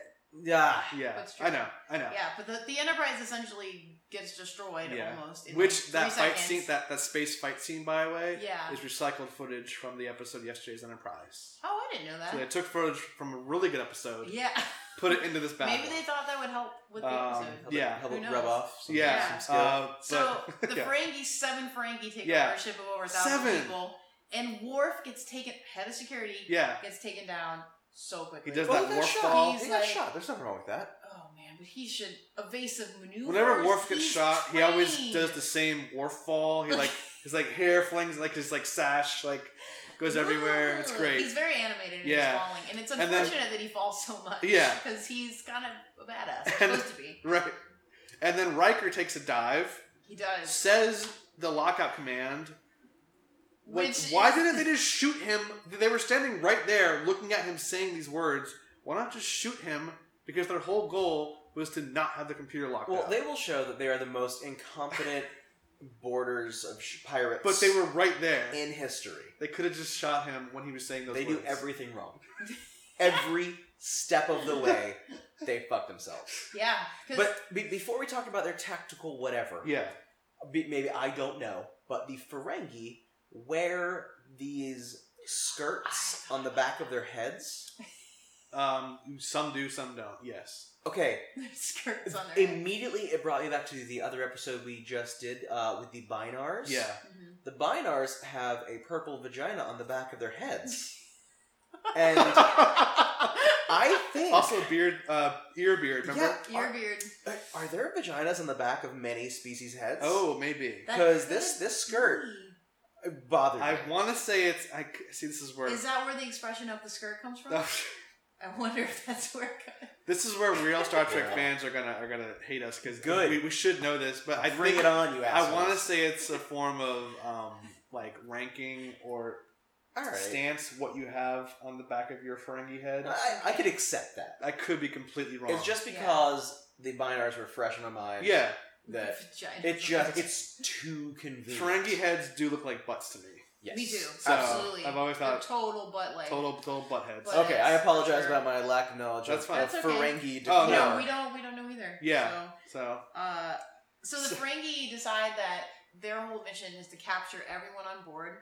Yeah.
Yeah.
That's true.
I know. I know.
Yeah, but the, the Enterprise essentially gets destroyed
Yeah.
almost. In like
Which
three
that fight
seconds.
scene, that, that space fight scene, by the way,
Yeah.
is recycled footage from the episode yesterday's Enterprise.
Oh, I didn't know
So they
that.
took footage from a really good episode,
Yeah. <laughs>
put it into this battle.
Maybe they thought that would help with the
Um,
episode.
Help it-
Yeah.
Help
Who
it
knows?
rub off. Some,
Yeah.
Some skill.
Uh, but,
So
<laughs>
the
yeah.
Ferengi, seven Ferengi take
Yeah.
over a ship of over a thousand
Seven.
people, and Worf gets taken head of security
yeah,
gets taken down so quickly.
He does
Well,
that
he got
warp
shot.
ball.
He
He's
got
like-
shot. There's nothing wrong with that.
Oh man, but he should evasive maneuvers.
Whenever Worf gets
He's
shot, he always
trained.
does the same Worf fall. He
<laughs>
like his like hair flings like his like sash like goes everywhere. It's
Ugh.
great.
Ah, He's very animated and
Yeah.
he's falling, and it's
And then-
unfortunate that he falls so much.
Yeah.
because he's kind of a
<laughs>
badass.
And-
supposed to be.
right. And then Riker takes a dive,
He does.
says the lockout command, Like,
Which
why
is-
didn't they just shoot him? They were standing right there looking at him saying these words. Why not just shoot him? Because their whole goal was to not have the computer locked
Well,
out.
they will show that they are the most incompetent borders of sh- pirates.
but they were right there.
in history.
They could have just shot him when he was saying those
They
words.
do everything wrong. Every step of the way, they fuck themselves.
Yeah, because
But
<laughs>
be- before we talk about their tactical whatever,
Yeah.
be- maybe I don't know, but the Ferengi wear these skirts on the back of their heads.
Um, some do, some don't. Yes.
Okay,
their skirts on their. head.
immediately it brought me back to the other episode we just did uh, with the Binars.
Yeah.
Mhm.
The Binars have a purple vagina on the back of their heads. And
<laughs>
I think.
also, beard, uh, ear beard. Remember?
Yeah.
Ear beard.
Uh, Are there vaginas on the back of many species' heads?
Oh, maybe.
That
'Cause
could
this- this
be.
skirt- It bothered
I
me.
want to say it's. I c- see. This is where.
Is that where the expression of the skirt comes from? I wonder if that's where. it comes-
<laughs> This is where real Star Trek
Yeah.
fans are gonna are gonna hate us because
Good.
We, we should know this, but I
Bring
think
it on, you assholes.
I want to say it's a form of um, like ranking or
All right.
stance what you have on the back of your Ferengi head.
I, I could accept that.
I could be completely wrong.
It's just
Yeah.
because the binars were fresh in my mind.
yeah,
That
<laughs> Vagina.
it <laughs> just it's too convenient.
Ferengi heads do look like butts to me.
Yes.
Me too.
So,
Absolutely.
I've always
They're
thought
total butt leg.
total total butt heads.
But-
Okay, I apologize
Sure.
about my lack of knowledge
That's
of,
fine.
of
That's okay.
Ferengi
Oh,
decor.
No, we don't. We don't know either.
Yeah.
So,
So
uh, so the Ferengi decide that their whole mission is to capture everyone on board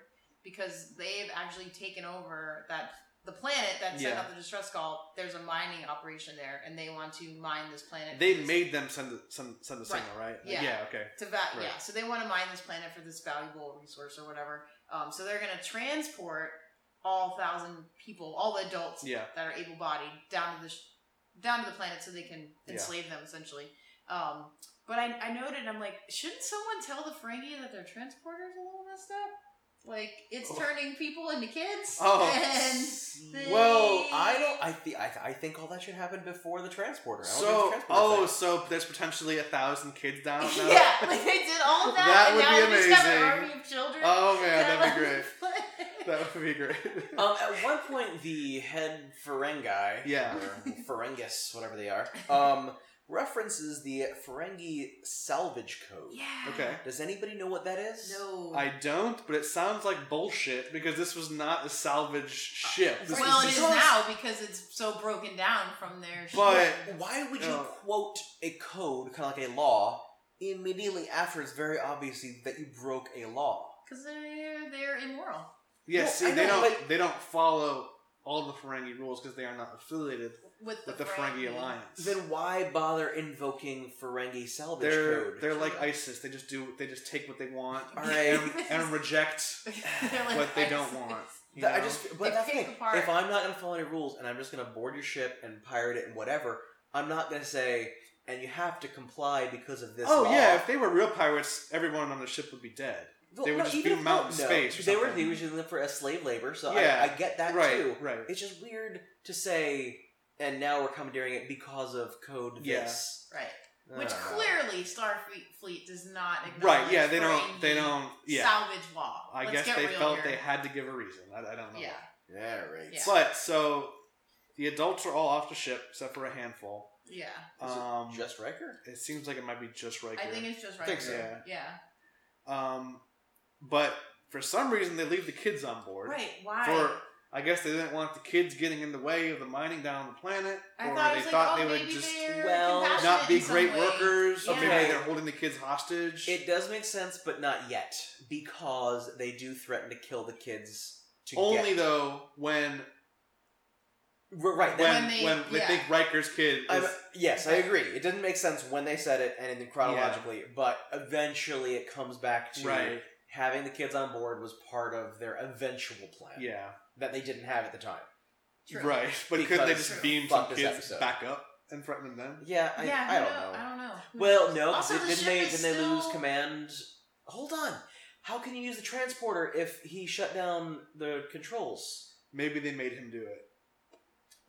because they've actually taken over that the planet that sent
Yeah.
out the distress call. There's a mining operation there, and they want to mine this planet.
they
for this-
made them send the, send, send the
Right.
signal, right?
Yeah.
Okay.
to va-
Right.
yeah. So they want to mine this planet for this valuable resource or whatever. Um, so they're gonna transport all thousand people, all the adults
Yeah.
that are able-bodied down to the sh- down to the planet so they can
Yeah.
enslave them essentially. Um, but I, I noted, I'm like, shouldn't someone tell the Ferengi that their transporter's a little messed up? Like it's turning people into kids.
Oh.
<laughs> And they-
Well,
I don't. I think. I, th- I think all that should happen before the transporter. I don't
So,
think the
oh,
transporter
so there's potentially a thousand kids down
<laughs>
now?
yeah, like they did all that,
That
and
would
now
be
we just have an
amazing.
army of children.
Oh man, that'd
<laughs>
<laughs>
be great.
great.
That would be great.
thing. Um, at one point, the head Ferengi,
<laughs> Yeah.
or Ferengis, whatever they are, um, references the Ferengi salvage code.
<laughs> yeah.
Okay.
Does anybody know what that is?
No.
I don't, but it sounds like bullshit because this was not a salvage
Uh,
ship. This
well,
was
it is
just-
now because it's so broken down from their.
<laughs> But-
Why would you
No.
quote a code, kind of like a law, immediately after it's very obviously that you broke a law?
because they're they're immoral.
Yeah,
Well, I
see, they
know,
don't
but-
they don't follow all the Ferengi rules because they are not affiliated
with the,
with the Ferengi Alliance.
Then why bother invoking Ferengi salvage
They're
code?
they're like ISIS. They just do they just take what they want
All right.
and, and reject
<laughs> They're like
what they don't
ISIS.
want. you
That- I
know?
just,
They
but that's the
pick
thing.
apart.
If I'm not gonna follow any rules and I'm just gonna board your ship and pirate it and whatever, I'm not gonna say and you have to comply because of this.
oh
law."
yeah, if they were real pirates, everyone on the ship would be dead.
Well,
they would
no,
just
even
be
if
out
not-
in
no,
space or
They were
something.
they were using them for as slave labor, so I-
Yeah,
I, get that
right,
too.
right.
It's just weird to say, and now we're commandeering it because of code
Yeah.
this.
<laughs>
Ah,
right,
I
which
don't know.
clearly Starfleet Fleet does not acknowledge.
Uh. Right? Yeah, they don't.
Ferengi
They don't. Yeah.
salvage law.
I
Let's
guess
get
they
real
felt
here.
they had to give a reason. I, I don't know.
Yeah.
Yeah, right.
Yeah.
But so the adults are all off the ship except for a handful.
Yeah,
Is it
Um,
Just Riker?
it seems like it might be just right.
I think it's just right.
think so.
here. Yeah.
Um, but for some reason, they leave the kids on board.
Right. Why?
For I guess they didn't want the kids getting in the way of the mining down on the planet,
I
or
thought it
they
was
thought
like, oh,
they would
maybe
just
they're
Well,
compassionate
not be
in some
great
way.
workers, or maybe
Yeah.
they're holding the kids hostage.
It does make sense, but not yet, because they do threaten to kill the kids. To
Only
get...
though when
R-
when
right.
when
Then,
When they-
they,
yeah.
think Riker's kid is
I'm,
<laughs>
yes, I agree. It didn't make sense when they said it and in chronologically, but eventually it comes back to
right.
having the kids on board was part of their eventual plan
Yeah,
that they didn't have at the time.
True.
right. <laughs> But could they
Because-
just
True.
beam
Fuck
some
this
kids
episode.
back up and threaten them?
Yeah, I,
yeah.
I
who
don't
know-
know.
I don't know. Hmm. Who
Well,
knows?
no, 'cause
Also,
they-
the
didn't
ship
they
is
didn't they lose
still-
command? Hold on. How can you use the transporter if he shut down the controls?
Maybe they made him do it.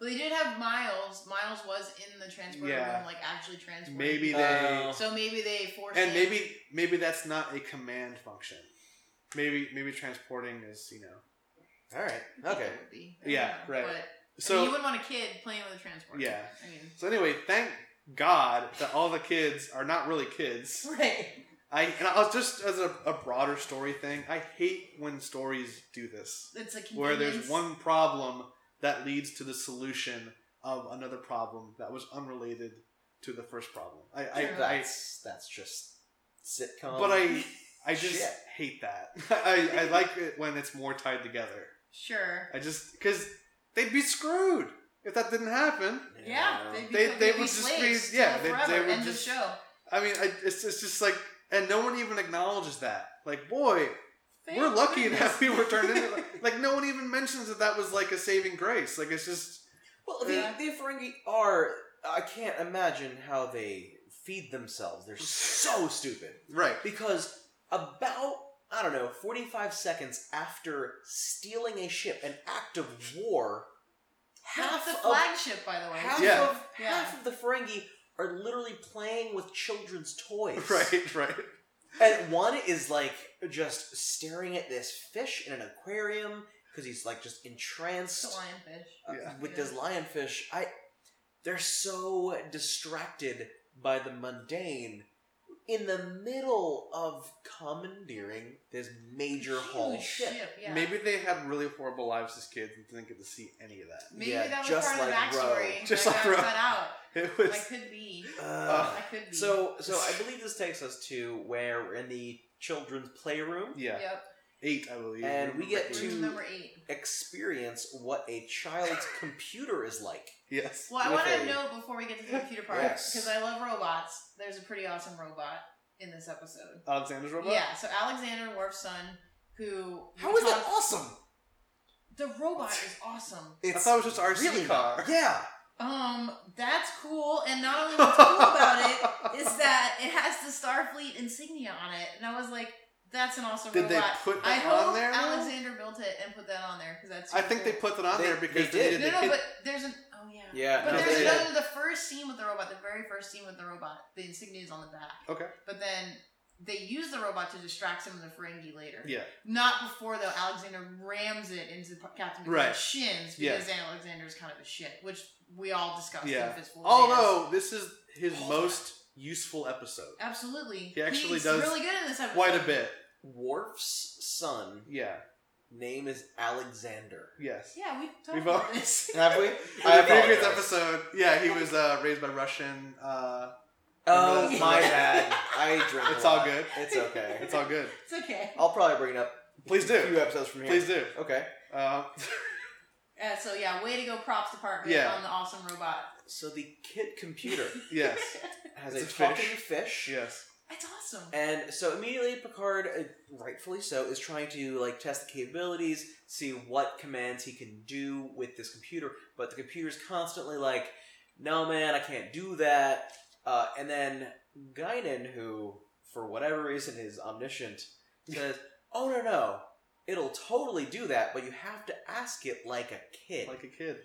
Well, they did have Miles. Miles was in the transporter
Yeah.
room, like actually transporting.
Maybe
Uh,
they
So maybe they forced.
and
him-
maybe maybe that's not a command function. Maybe maybe transporting is you know
All right.
I think <laughs>
Okay.
it would be.
Yeah,
But,
right.
I mean,
so.
you wouldn't want a kid playing with a transporter.
Yeah.
I mean, <laughs>
so anyway, thank God that all the kids are not really kids.
right.
I and I'll just as a, a broader story thing. I hate when stories do this,
It's a
where there's
convenience.
one problem that leads to the solution of another problem that was unrelated to the first problem. I, I, I
that's that's just
um,
sitcom.
but I I just
Shit.
hate that. <laughs> I, I like it when it's more tied together.
Sure.
I just because they'd be screwed if that didn't happen.
Yeah.
Yeah.
They'd be,
They-
they'd
they
be
would just
slaves
be- yeah,
till
they-
forever.
they would
End of
just-
show.
I mean, I, it's it's just like, and no one even acknowledges that. Like, boy,
Thank
we're lucky
goodness.
that we were turned into like, like, no one even mentions that that was like a saving grace. Like it's just
Well, the,
Yeah.
the Ferengi are. I can't imagine how they feed themselves. They're so stupid.
right. <laughs>
Because about, I don't know, 45 seconds after stealing a ship, an act of war, half,
<laughs> Half the
of,
flagship, by the way.
half,
Yeah.
of,
Yeah.
half of the Ferengi are literally playing with children's toys.
<laughs> Right, right.
And one is like just staring at this fish in an aquarium because he's like just entranced
It's a lionfish.
uh,
Yeah.
with this lionfish. I they're so distracted by the mundane in the middle of commandeering this major haul
Huge
ship.
yeah.
Maybe they had really horrible lives as kids and didn't get to see any of that. <laughs>
Maybe
Yeah,
that was
just
part of the
like Roe.
backstory.
Just
that
like
got
Roe.
cut out.
<laughs> It
I
was
could be.
Uh,
Ugh.
I could be.
so so
<laughs>
I believe this takes us to where we're in the children's playroom.
yeah,
Yep.
eight, I believe.
And we get
Remember
to-
Room number eight.
Experience what a <laughs> child's computer is like.
yes.
Well, I
With
want to
a-
note before we get to the computer part
Yes.
because I love robots. There's a pretty awesome robot in this episode.
Alexander's robot.
Yeah, so Alexander Worf's son, who
How is that
talks-
awesome?
The robot is awesome.
I thought it was just RC car.
Yeah.
Um, that's cool. And
<laughs>
not only what's cool about it is that it has the Starfleet insignia on it, and I was like, That's an awesome
Did they
robot.
put
I
that
hope
on there, though?
Alexander built it and put that on there because that's.
I think they
super
put that on
They-
there because
they
they,
did.
needed
cool.
to
No, no,
hit-
but there's an. Oh yeah.
Yeah,
But
no,
there's
they-
another, the first scene with the robot, the very first scene with the robot, the insignia is on the back.
Okay.
But then they use the robot to distract some of the Ferengi later.
Yeah.
Not before though. Alexander rams it into P- Captain Picard's
Right.
shins
Yeah.
because Alexander's kind of a shit, which we all discussed.
Yeah.
In Fistful of Hands.
Although Oh, this is his
Hold on.
most useful episode,
absolutely,
He actually
he's
does
really good in this episode.
quite a bit.
Worf's son
Yeah.
name is Alexander.
Yes.
Yeah, we talked
We've
about
all- <laughs>
this.
Have we?
In
I
the previous
apologize.
episode, yeah, he was uh, raised by Russian. Uh,
Oh
Remember that?
my bad. I drink. a
It's all
lot.
good.
It's okay.
it's all good.
It's okay.
I'll probably bring it up.
Please
A few
do.
episodes from here.
Please do.
Okay.
Uh,
Uh, so yeah, way to go, props department
Yeah.
on the awesome robot.
So the kid computer <laughs>
yes.
has
It's
a,
a fish.
talking fish.
Yes.
It's awesome.
And so immediately Picard, uh, rightfully so, is trying to like test the capabilities, see what commands he can do with this computer. But the computer's constantly like, "No, man, I can't do that." Uh, and then Guinan, who for whatever reason is
<laughs>
omniscient, says, "Oh no, no, it'll totally do that, but you have to ask it like a kid,
Like a kid.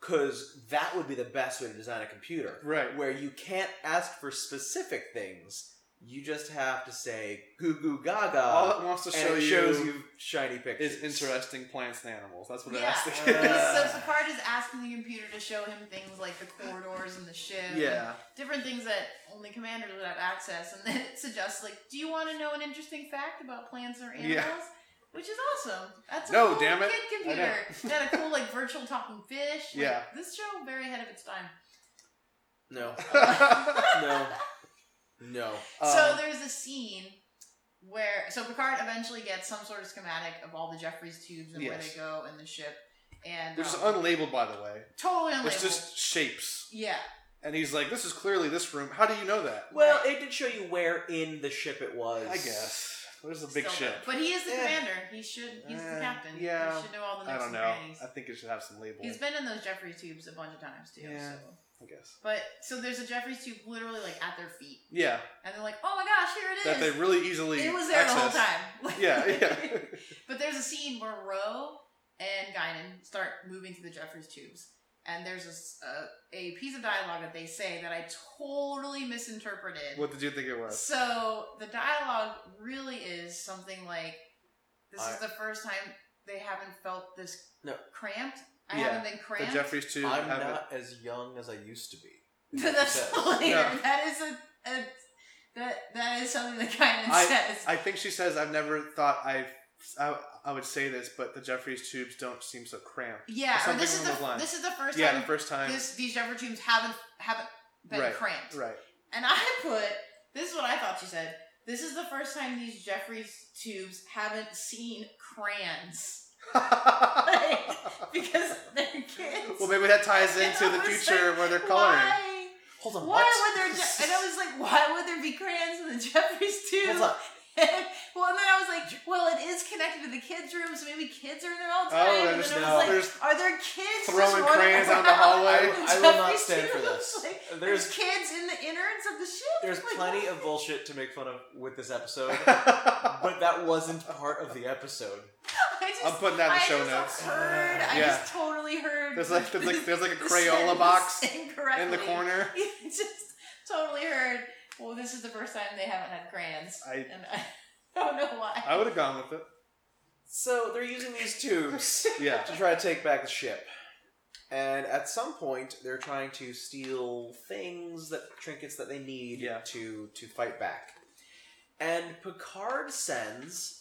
because that would be the best way to design a computer."
Right.
where you can't ask for specific things. You just have to say "goo goo gaga,"
All Uh, it wants to
and
show
it
you,
shows you shiny
is
pictures.
interesting plants and animals. That's what it
Yeah.
has to
Uh,
so Picard is asking the computer to show him things like the corridors and the ship, <laughs> and
yeah.
different things that only commanders would have access. And then it suggests like, do you want to know an interesting fact about plants or animals?
Yeah.
Which is awesome. That's a
No,
cool
damn it. I
kid
know.
computer. It had a cool like virtual talking fish. Like,
Yeah.
This show very ahead of its time.
No,
Um, <laughs>
no, no.
so there's a scene where so Picard eventually gets some sort of schematic of all the Jeffries tubes and where
Yes.
they go and the ship, and
they're just
um,
unlabeled, by the way.
totally unlabeled.
It's just shapes.
yeah,
And he's like, this is clearly this room. How do you know that?
Well, it did show you where in the ship it was.
I guess. There's a big
still
ship.
there. But he is the
Yeah.
commander. He should. He's
Uh,
the captain.
yeah.
He should know all the
I
nooks
don't
and
know.
crannies.
I think it should have some label.
He's been in those Jeffrey tubes a bunch of times too.
Yeah.
So.
I guess.
But so there's a Jeffrey tube literally like at their feet,
Yeah,
and they're like, "Oh my gosh, here it
that
is!"
they really easily.
it was there the whole
access.
time.
<laughs>
Like- <laughs>
Yeah, yeah.
But there's a scene where Roe and Guinan start moving through the Jeffries tubes, and there's a s- a, a piece of dialogue that they say that I totally misinterpreted.
what did you think it was?
So the dialogue really is something like, "This
I-
is the first time they haven't felt this
No.
cramped. I
Yeah,
haven't been
The
cramped." <laughs>
Jeffries two.
I'm
have it-
not as young as I used to be.
That's
So,
later.
Yeah.
That is a, a that that is something that Guinan
I-
says.
I think she says, "I've never thought I, I, I would say this, but the Jeffries tubes don't seem so cramped."
yeah, or
something
this is
along
the
those lines.
this is the first
yeah,
time
the first time.
this, these Jeffrey tubes haven't haven't been
Right,
cramped. <laughs>
right.
And I put this is what I thought she said. This is the first time these Jeffrey's tubes haven't seen <laughs> crayons because they're kids.
well, maybe that ties
And
into
I
the
was
future where they're coloring.
Why?
Hold on.
Why
what?
would there? Je- and I was like, why would there be crayons in the Jeffrey's tubes?
<laughs> Hold on.
<laughs> well, and then I was like, well, it is connected to the kids' room, so maybe kids are in there all the time.
Oh,
and
there's
then
no-
I was like,
there's
are there kids
throwing
just running
crayons down the
around
hallway?
I,
in the
will- I will not
Jeffries
stand
<laughs>
for
tubes?
this.
Like, there's
There's
kids in the innards of the ship.
there's
Like,
plenty of bullshit to make fun of with
<laughs>
this episode,
<laughs>
I'm
but that wasn't part of the episode.
I just,
putting that in the
I
show
just
notes.
heard. I
Yeah.
just totally heard.
There's like there's like there's like a
<laughs> the
Crayola
sentence <laughs>
box in
incorrectly.
the corner.
<laughs> just totally heard. Well, this is the first time they haven't had crayons,
I
and I <laughs> don't know why.
I would have gone with it.
So they're using these tubes
Yeah.
to try to take back the ship. And at some point, they're trying to steal things that trinkets that they need
Yeah.
to to fight back. And Picard sends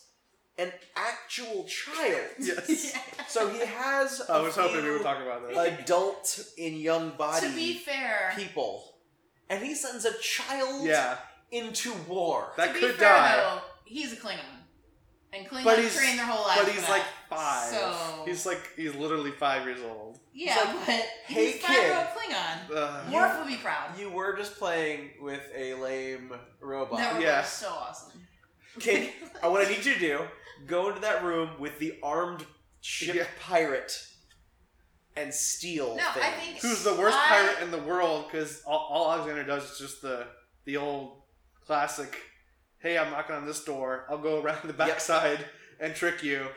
an actual child.
<laughs>
Yes.
So he has.
I
a
was hoping we
few
would talk about this.
Adult in young body
to be fair,
people, and he sends a child
Yeah,
into war.
that
to be
could
fair,
die,
Though, he's a Klingon, and Klingons
But he's-
train their whole life.
but he's like five.
So-
He's like he's literally five years old.
yeah,
like,
but
"Hey,
he's five-year-old
kid."
Klingon.
Ugh.
You-
Worf would be proud.
You were just playing with a lame robot.
that would
yeah.
be so awesome. <laughs>
Okay, uh, what I need you to do, go into that room with the armed ship
Yeah.
pirate and steal
No, I
things.
think-
Who's the worst
I-
pirate in the world? Because all, all Alexander does is just the the old classic. hey, I'm knocking on this door. I'll go around the backside and trick you.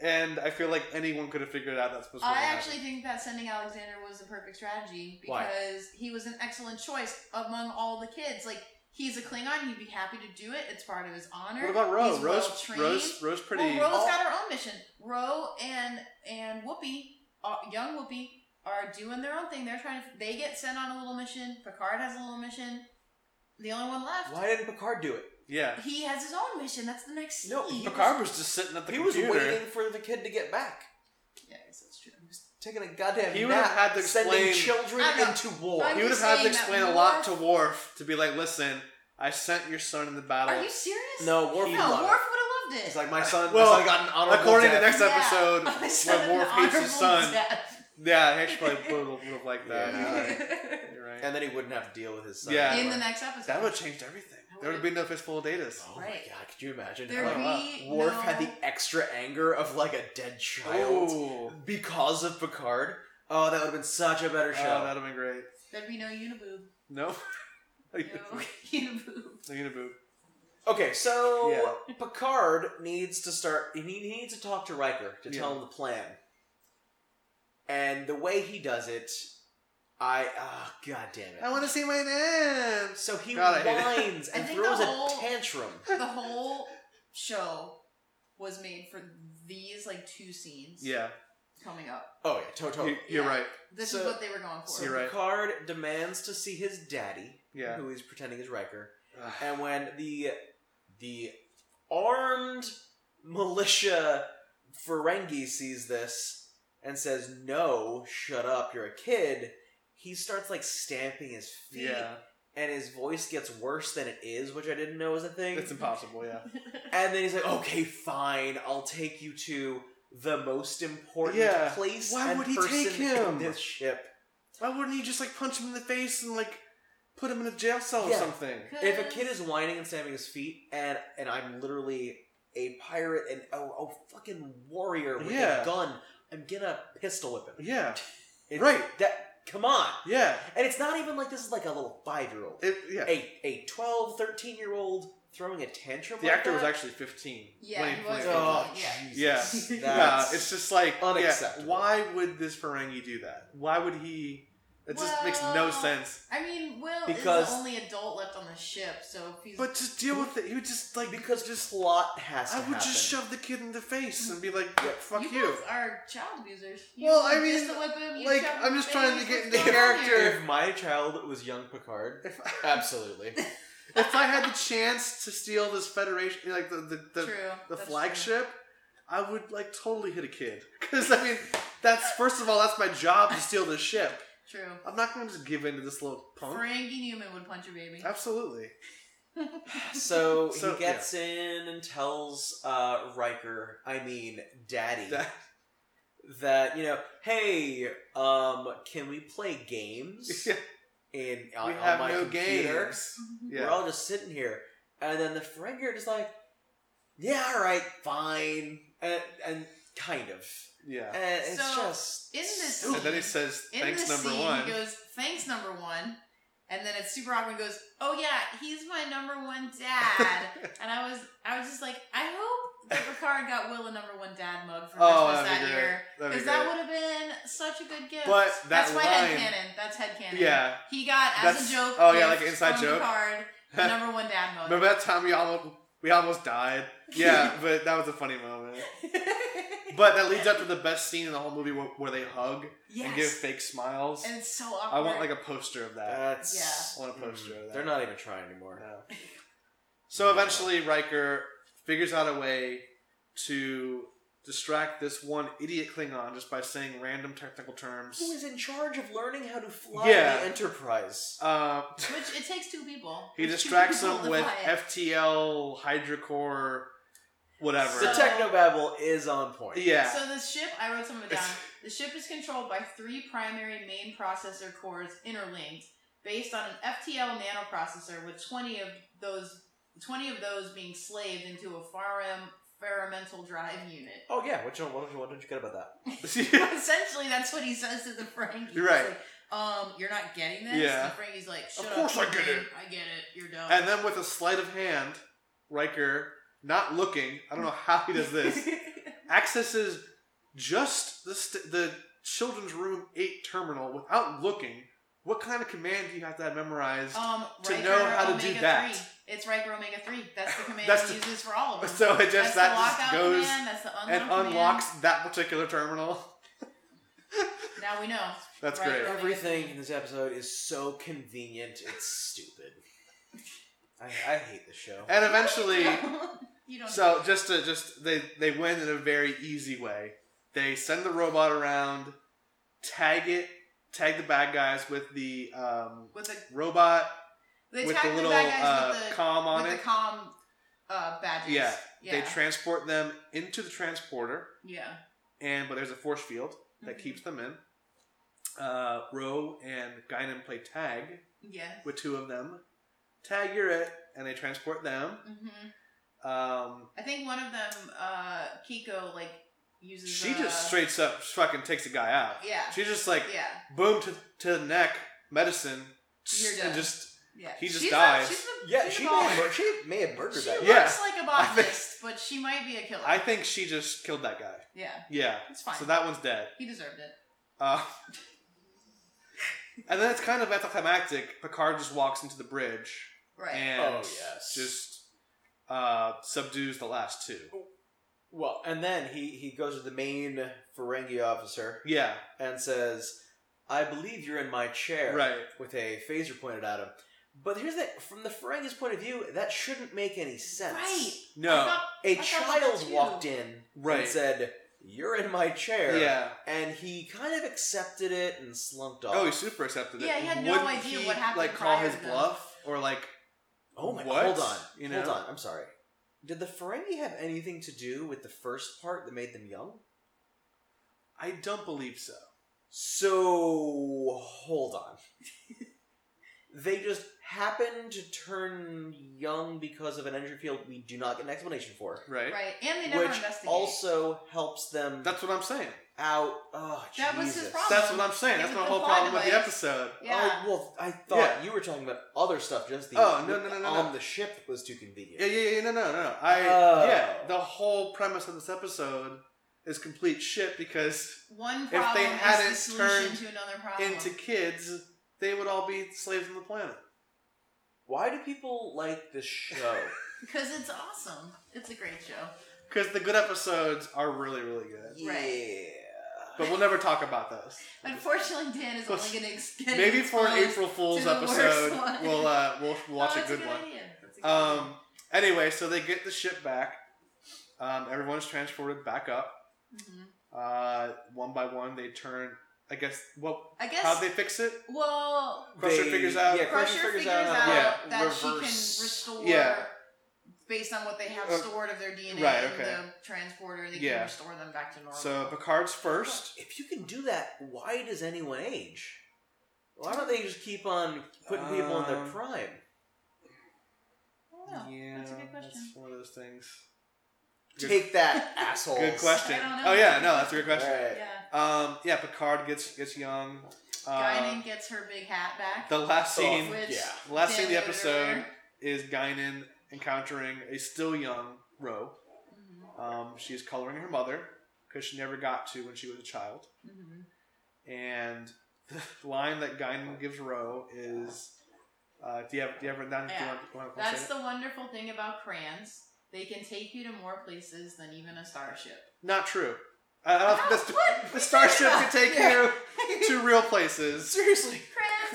And I feel like anyone could have figured out that's supposed to
I
happen.
actually think that sending Alexander was the perfect strategy because
Why?
he was an excellent choice among all the kids. Like he's a Klingon, he'd be happy to do it. It's part of his honor.
What about Rose?
He's
Rose,
well-trained.
Rose, Rose, pretty.
Well, Roe's got her own mission. Roe and and Whoopi, uh, young Whoopi, are doing their own thing. They're trying to. They get sent on a little mission. Picard has a little mission. The only one left.
Why didn't Picard do it?
Oh, yeah.
He has his own mission. That's the next. Scene.
No, he
Picard was just sitting at the
he
computer.
was waiting for the kid to get back.
Yeah, I guess that's true.
He was taking a goddamn
He would
nap,
have had to
sending
explain-
children
I know.
into war.
I'm
he would have
just
had to
saying that
explain a lot to Worf to be like, listen, I sent your son in the battle.
Are you serious?
no, Worf.
no. Worf
would
would
love
have
it.
loved it.
It's like my son.
Well,
my son got an honorable
according to next
death.
episode,
<laughs> I
when
said
Worf
an
hates his
honorable
son.
death.
<laughs> yeah, I actually would have, would have liked that.
Yeah.
<laughs>
You're right.
and then he wouldn't have to deal with his son.
Yeah.
In
anymore.
the next episode.
that would have changed everything. There would have been no fistful of data.
Oh my
Right.
god, could you imagine?
There'd
how
be
Worf
no-
had the extra anger of like a dead child because of Picard. Oh, that would have been such a better
Oh,
show.
that would have been great.
There'd be no uniboob.
<laughs> No.
No <laughs> uniboob.
They're gonna boo.
Okay, so Picard needs to start. He he needs to talk to Riker to tell
Yeah.
him the plan. And the way he does it, I ah, god damn it!
I want to see my man.
So he
God, I hate it.
<laughs>
whines
I
and
think
throws
the
a
whole-
tantrum.
The whole show was made for these like two scenes
Yeah,
coming up.
Oh yeah, Toto.
you, you're
Yeah.
right.
This
So-
is what they were going for.
so
You're right.
Picard demands to see his daddy,
Yeah.
who he's pretending is Riker,
Ugh.
and when the the armed militia Ferengi sees this and says, "No, shut up, you're a kid," he starts like stamping his feet,
Yeah,
and his voice gets worse than it is, which I didn't know was a thing.
it's impossible. Yeah,
and then he's like, "Okay, fine, I'll take you to." The most important
Yeah.
place.
Why
and
would he
person
take him?
In this ship.
why wouldn't you just like punch him in the face and like put him in a jail cell
Yeah.
or something?
If a kid is whining and stamping his feet, and and I'm literally a pirate and a, a fucking warrior with
Yeah.
a gun, I'm gonna pistol whip him.
Yeah,
It-
right.
That come on.
Yeah,
And it's not even like this is like a little five year old.
it, yeah.
A a 12, 13 year old throwing a tantrum.
The
like
actor was
that?
actually 15.
Yeah,
when
he
played
was
it.
Oh
Yeah.
Jesus.
Yeah,
yeah,
<laughs> That's-
it's just like yeah,
unacceptable.
why would this Ferengi do that? Why would he? It just makes no
Well-
sense.
I mean, Will
Because-
is the only adult left on the ship, so if he's
But just deal with it. He would just like
because just plot has to
I would
happen.
just shove the kid in the face and be like,
Yeah.
"Fuck you."
you, guys are child abusers. You
Well, I mean,
pistol whip him, you
like,
shove him
I'm
in
just
the
trying to
face,
get
what's
into
going on
character.
here?
If my child was young Picard,
If I-
absolutely.
if I had the chance to steal this Federation, like the the, the,
true.
the
that's
flagship, I would like totally hit a kid. <laughs> Because I mean, that's first of all, that's my job to steal this ship.
True. true.
I'm not going to just give in to this little punk.
Frankie Newman would punch a baby.
Absolutely. <laughs>
So,
So,
he gets in and tells uh, Riker, I mean Daddy,
That- <laughs>
that you know, hey, um, can we play
<laughs>
games
yeah,
in on,
we
on
have
my
no
computer?
games.
We're
Yeah.
all just sitting here, and then the Ferengi are just like, yeah, all right, fine, and, and kind of,
Yeah.
and it's
So,
just
in this
And
stupid.
then he says,
In
"Thanks,
this
number
scene,
one."
he goes, "Thanks, number one," and then it's super awkward. and Goes, "Oh yeah, he's my number one dad,"
<laughs>
and I was, I was just like, I hope that Ricard got Will a number one dad mug for
Oh,
Christmas
that'd
that
be great.
year
That'd be
because that
great.
would have been such a good gift.
But that
that's my
line-
headcanon. That's headcanon.
Yeah.
he got
That's-
as a joke.
oh, yeah,
gift
like inside
from
joke. <laughs>
Ricard, the number one dad mug. <laughs>
Remember that time we almost we almost died? Yeah, but that was a funny moment. But that leads up to the best scene in the whole movie where, where they hug
yes,
and give fake smiles.
And it's so awkward.
I want like a poster of
Uh,
that.
That's Mm,
I want a poster of that.
They're not even trying anymore.
No. So eventually, Riker figures out a way to distract this one idiot Klingon just by saying random technical terms.
Who is in charge of learning how to fly
Yeah.
the Enterprise?
Uh,
which it takes two people.
he
It's two
distracts
people
him
to
with
buy it.
FTL, Hydrocore, whatever.
The
So-
Technobabble is on point.
yeah.
So the ship, I wrote some of it down. The ship is controlled by three primary main processor cores interlinked, based on an FTL nanoprocessor, with twenty of those twenty of those being slaved into a farum ferramental drive unit. <laughs>
Oh yeah, which one? What, what did you get about
<laughs>
that?
Essentially, that's what he says to the Frankie.
You're right.
He's like, um, you're not getting this.
Yeah.
And Frankie's like, Shut
course
up,
I get
man.
it."
I get it. You're dumb.
and then with a sleight of hand, Riker, not looking, I don't know how he does
<laughs>
this, accesses just the, st- the children's room 8 terminal without looking. What kind of command do you have to have memorized?
um,
To
Riker
know how to do
omega
that.
Three. It's Riker Omega three.
<laughs>
That's the command
That's
he
the-
uses for all of them.
<laughs> so it
that's
just that
the
just
lockout
goes
command. That's the unlock
and
command.
unlocks that particular terminal. <laughs>
Now we know.
That's
Right.
great.
Everything in this episode is so convenient, it's stupid. I, I hate this show.
And
<laughs>
eventually,
you don't.
so just to just they they win in a very easy way. They send the robot around, tag it, tag the bad guys with the um,
with the
robot
they
with the
attack
little
bad guys
uh,
with the
com on
with
it.
the com uh, badges.
Yeah,
yeah,
They transport them into the transporter,
yeah.
and but there's a force field that
Mhm.
keeps them in. Uh, Roe and Guinan play tag
yeah.
with two of them. Tag, you're it, and they transport them.
hmm
Um,
I think one of them, uh, Kiko, like uses.
she
uh,
just straight up fucking takes the guy out.
Yeah.
She's just like
yeah.
boom to to the neck, medicine,
You're
and
done.
just
Yeah.
he just
she's
dies.
A, she's a,
Yeah,
she's
she
a
may, have,
baller.
mur- she may have murdered
She
that.
looks
Yeah.
like
<laughs>
a
I think-
botanist, but she might be a killer.
I think she just killed that guy.
yeah,
Yeah,
it's fine.
so that one's dead.
he deserved it. <laughs>
Uh, and then it's kind of anticlimactic. Picard just walks into the bridge
Right.
and
Oh yes.
just uh, subdues the last two.
well, and then he he goes to the main Ferengi officer
Yeah,
and says, "I believe you're in my chair."
right.
With a phaser pointed at him. But here's that from the Ferengi's point of view, that shouldn't make any sense.
right. I
No,
thought-
A
I thought about
child
that too.
walked in
right.
and said, "You're in my chair."
yeah.
And he kind of accepted it and slumped off.
Oh, he super accepted it.
Yeah, he had no
Wouldn't
idea
he,
what happened
Like call
prior
his
to that.
bluff or like
Oh my!
What?
Hold on.
You know?
Hold on. I'm sorry. Did the Ferengi have anything to do with the first part that made them young?
I don't believe so.
So hold on. <laughs> they just happened to turn young because of an energy field we do not get an explanation for,
Right.
Right, and they never
which
investigate.
also helps them
That's what I'm saying.
out. Oh,
That was his
Jesus.
problem.
That's what I'm saying.
It
That's
was
my
the
whole
plot
problem with the
device.
episode.
yeah,
Oh, well, I thought
Yeah.
you were talking about other stuff. Just the
Oh, no, no, no, no,
on
no.
the ship was too convenient.
Yeah, yeah, yeah. No, no, no. I
Oh.
yeah. The whole premise of this episode is complete shit because
one
they
problem
hadn't
is the solution
turned
to another problem.
into kids, they would all be slaves on the planet.
Why do people like
<laughs>
this show?
because it's awesome. It's a great show.
Because the good episodes are really, really good.
yeah.
But we'll never talk about those.
Unfortunately, Dan is
Well,
only going to get
Maybe for an
exposed
April Fool's
to the worst
episode,
one.
we'll uh, we'll
Oh,
watch a
that's
good one.
Idea. That's a good
Um. Anyway, so they get the ship back. Um, everyone's transported back up.
hmm
Uh, one by one, they turn. I guess. Well,
I guess.
how'd they fix it?
well,
Crusher figures out-
Yeah,
Crusher figures, out,
how to
Yeah,
that she can
reverse-
restore
yeah.
based on what they have
Uh,
stored of their DNA
right,
in
okay.
the transporter. They
Yeah.
can restore them back to normal.
So Picard's first.
If you can do that, why does anyone age? Why don't they just keep on putting people in their
Um,
prime?
I don't know. that's a good question.
that's one of those things. Good-
Take that,
<laughs>
assholes.
Good question.
I don't know.
Oh yeah, no, that's a good question.
Alright.
yeah,
Um, yeah, Picard gets gets young. Uh,
Guinan gets her big hat back. Oh,
the last scene,
Which
yeah.
the last scene of the
Dan
episode
Yoder-
is Guinan encountering a still young Ro.
Mhm,
Um, she's coloring her mother because she never got to when she was a child.
mhm.
And <laughs> the line that Guinan gives Ro is, uh, "Do you have do you ever do you want, do you want, do you want to say
That's
it?
the wonderful thing about crayons. They can take you to more places than even a starship. <laughs>
not true? I, I don't think that's
What? What are
the
you
starship
talking
can take
Yeah.
you to real
<laughs>
places.
Seriously.
Crayons,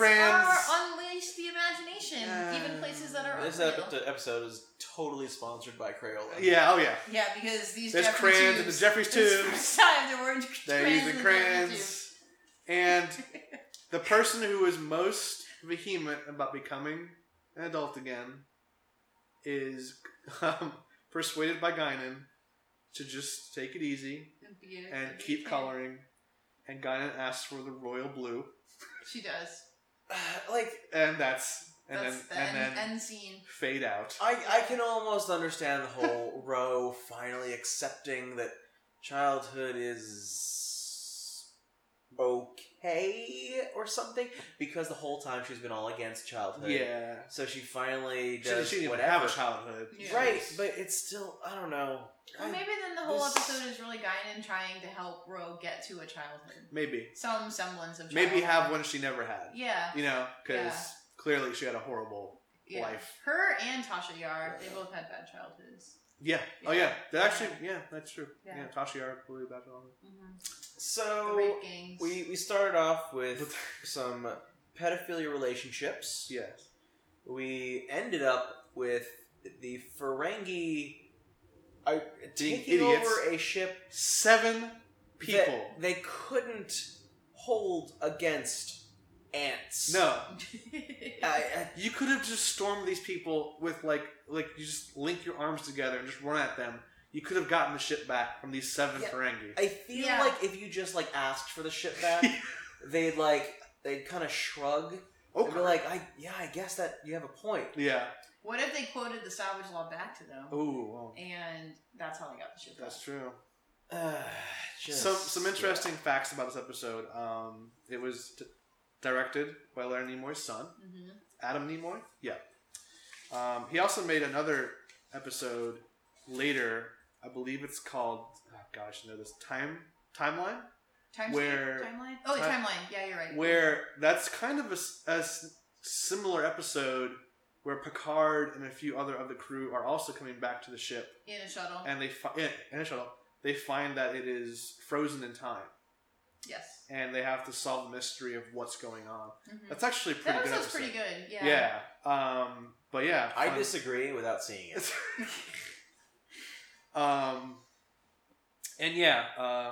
Crayons.
are unleash the imagination,
Yeah.
even places that are
This
unreal.
epi- episode is totally sponsored by Crayola.
Yeah, oh yeah.
Yeah, because these
There's
Jeffrey
crayons in
tubes-
the Jeffrey's
<laughs>
tubes.
This time the word
They're
crayons
using
in the Jeffrey tube.
crayons. And the person who was most vehement about becoming an adult again is um, persuaded by Guinan to just take it easy
And be a-
and
be a
keep
crayon.
coloring. And Guinan asks for the royal blue,
She does.
Uh, <sighs> like,
and that's and
That's
then
the
and
end,
then
end scene.
fade out.
I, I can almost understand the whole
<laughs>
row finally accepting that childhood is okay. okay or something because the whole time she's been all against childhood.
Yeah.
So she finally
She didn't
does
she didn't even
whatever.
have a childhood.
Yeah.
Right, but it's still I don't know.
Well,
I-
maybe then the whole
this-
episode is really Guinan trying to help Ro get to a childhood,
Maybe.
some semblance of childhood.
Maybe have one she never had.
Yeah,
You know, because
Yeah.
clearly she had a horrible
yeah.
life.
Her and Tasha Yar, they both had bad childhoods.
Yeah. Oh yeah. That
Yeah.
actually. Yeah, that's true. Yeah.
Yeah.
Tasha Yar completely back on.
Mm-hmm. The
So
rape gangs. <laughs>
we we started off with some pedophilia relationships.
Yes.
We ended up with the Ferengi are
Being
taking
idiots.
over a ship
Seven
that
people.
they couldn't hold against ants.
No.
I, I,
You could have just stormed these people with like like you just link your arms together and just run at them. You could have gotten the ship back from these seven
Yeah.
Ferengi.
I feel
Yeah.
like if you just like asked for the
<laughs>
ship back, they'd like they'd kind of shrug.
Oh,
They'd be like, I yeah, I guess that you have a point.
yeah.
what if they quoted the salvage law back to them,
Ooh, well,
and that's how they got the ship?
Oh. that's
back?
true.
Uh, <sighs>
some some interesting facts about this episode. Um, it was d- directed by Larry Nimoy's son,
Mhm.
Adam Nimoy. Yeah. Um, he also made another episode later. I believe it's called. Oh gosh, I know this time timeline
Timestamp?
Where-
timeline? Oh, the
Ti-
timeline. Yeah, you're right.
where that's kind of a s a s similar episode where Picard and a few other of the crew are also coming back to the ship,
in a shuttle.
and they fi- in, in a shuttle. They find that it is frozen in time.
yes.
and they have to solve the mystery of what's going on.
Mhm.
That's actually a
That
pretty good.
episode's
Episode.
pretty good. Yeah.
Yeah. Um, but yeah,
I
fun.
disagree without seeing it.
<laughs> um, and yeah, uh,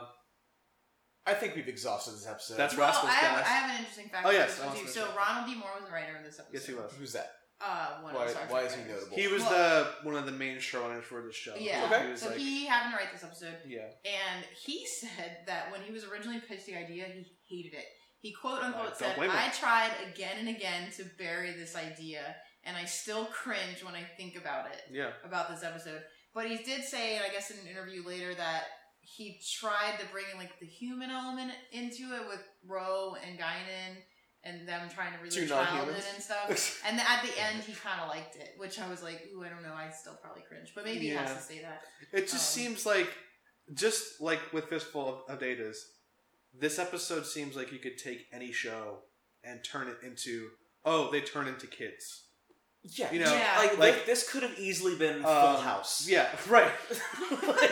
I think we've exhausted this episode.
That's
Well,
Rascals
I have,
Guys.
I have an interesting fact.
Oh,
for
yes,
this
I
one,
was
too.
gonna
So
say.
Ronald D. Moore was the writer of this episode.
yes, he was.
Who's that?
Uh, one
Why-
of the Star
why
Trek
is he
writers.
notable?
He was
Well-
the one of the main showrunners for the show.
Yeah.
Okay.
He was
so
like,
he happened to write this episode, <laughs>
yeah,
and he said that when he was originally pitched the idea, he hated it. He quote
Uh,
unquote
don't
said,
blame him.
"I tried again and again to bury this idea, and I still cringe when I think about it."
yeah.
about this episode. But he did say, and I guess in an interview later, that he tried to bring in like the human element into it with Roe and Guinan and them trying to
Two
relate childhood
non-humans.
and stuff. and at the end, he kind of liked it, which I was like, ooh, I don't know, I still probably cringe, but maybe he
Yeah.
has to say that.
It just
Um,
seems like, just like with Fistful of, of Datas, this episode seems like you could take any show and turn it into. Oh, they turn into kids.
Yeah,
You know,
Yeah.
like,
like-
like, this could have easily been
Um,
Full House.
Yeah, right. <laughs>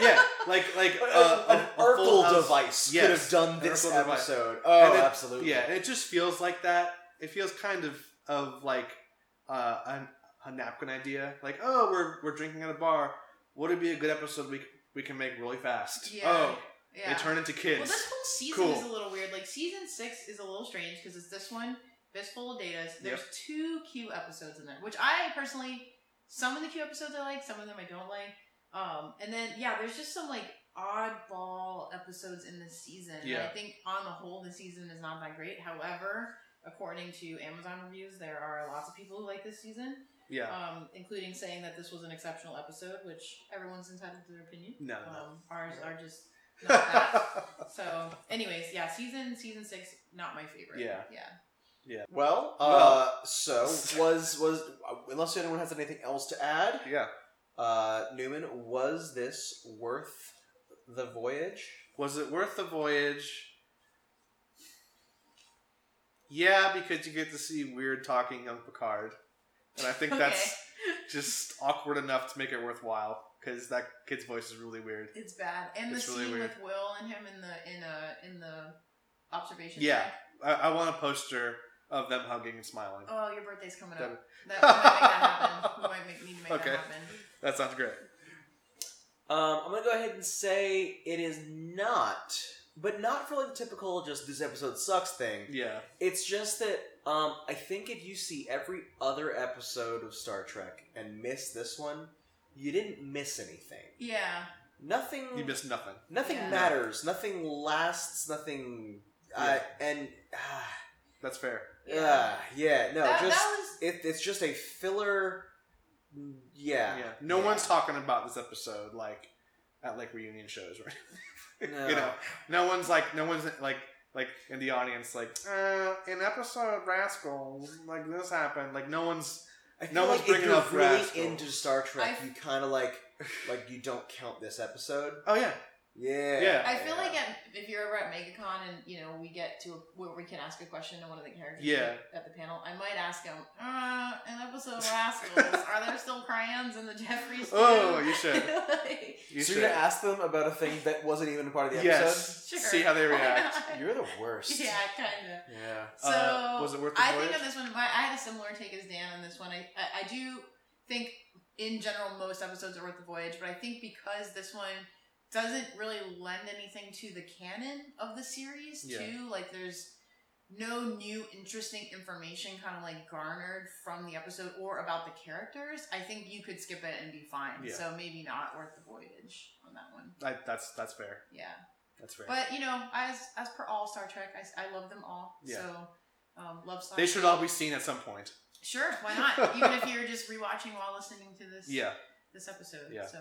yeah, like like
A-
uh, a-
an
a full
Urkel
house.
device could
Yes,
have done
an
this
Urkel device.
episode.
And
Oh,
it-
absolutely.
Yeah, it just feels like that. It feels kind of of like uh, an, a napkin idea. Like, oh, we're we're drinking at a bar. What would be a good episode we c- we can make really fast?
Yeah.
Oh,
Yeah.
they turn into kids.
Well, this whole season
Cool.
is a little weird. Like season six is a little strange because it's this one, Fistful of Data. There's two Q episodes in there, which I personally, some of the Q episodes I like, some of them I don't like. Um, and then yeah, there's just some like oddball episodes in this season. And
Yeah.
I think on the whole, the season is not that great. However, according to Amazon reviews, there are lots of people who like this season,
yeah.
um, including saying that this was an exceptional episode, which everyone's entitled to their opinion.
no. no.
Um, ours are just
<laughs>
not that. So, anyways, yeah, season season six, not my favorite.
Yeah.
yeah.
Well, uh,
Well- <laughs>
so was was unless anyone has anything else to add,
yeah.
uh, Newman, was this worth the voyage?
Was it worth the voyage? Yeah, because you get to see weird talking young Picard, and I
<laughs>
think that's just awkward enough to make it worthwhile because that kid's voice is really weird.
it's bad. And the
It's really
scene
weird.
with Will and him in the in a in the observation.
Yeah.
deck.
I, I want a poster of them hugging and smiling.
Oh, your birthday's coming
That-
up. That, we might make
<laughs>
that happen. We might make, need to make
Okay.
that happen.
That sounds great.
Um, I'm gonna go ahead and say it is not, but not for like the typical just this episode sucks thing.
Yeah.
It's just that um, I think if you see every other episode of Star Trek and miss this one, you didn't miss anything.
Yeah.
Nothing.
Mm.
You missed nothing.
nothing
Yeah.
matters. Nothing lasts. Nothing. Uh, and ah,
That's fair.
yeah, yeah. No,
that,
just
that was
it, it's just a filler. Yeah.
Yeah. No
Yeah.
one's talking about this episode like at like reunion shows, right?
No.
<laughs> You know, no one's like, no one's like like in the audience, like uh, in episode Rascals, like this happened. Like no one's
I feel
No one's
like if
bringing
you're
up
really
Rascal.
into Star Trek,
I-
you kind of like like you don't count this episode.
oh yeah,
Yeah,
Yeah.
I feel like at, if you're ever at MegaCon and you know we get to a, where we can ask a question to one of the characters
Yeah.
at the panel, I might ask him, uh, "An episode of Rascals, are there still crayons in the Jeffries?"
<laughs> oh
too?" <laughs>
you should,
Like,
you
so
should.
you're gonna ask them about a thing that wasn't even a part of the episode.
yes,
Sure,
see
<laughs>
how they
why
react.
not?
You're the worst.
Yeah, kind of.
Yeah.
So
uh, was it worth the
I
voyage?
think on this one, my, I had a similar take as Dan on this one. I, I, I do think, in general, most episodes are worth the voyage, but I think because this one doesn't really lend anything to the canon of the series,
Yeah.
too. Like, there's no new interesting information kind of like garnered from the episode or about the characters. I think you could skip it and be fine.
Yeah.
So maybe not worth the voyage on that one.
I, that's that's fair.
Yeah.
That's fair.
But you know, as as per all Star Trek, I, I love them all.
Yeah.
So um, love Star.
they should all be seen at some point.
Sure, why
<laughs>
not? Even if you're just rewatching while listening to this
Yeah,
this episode.
Yeah.
So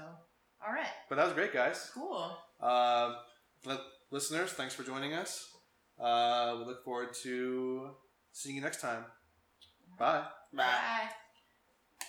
all right,
but that was great, guys.
cool.
Uh, li- listeners, thanks for joining us. Uh, we look forward to seeing you next time. Bye.
Bye.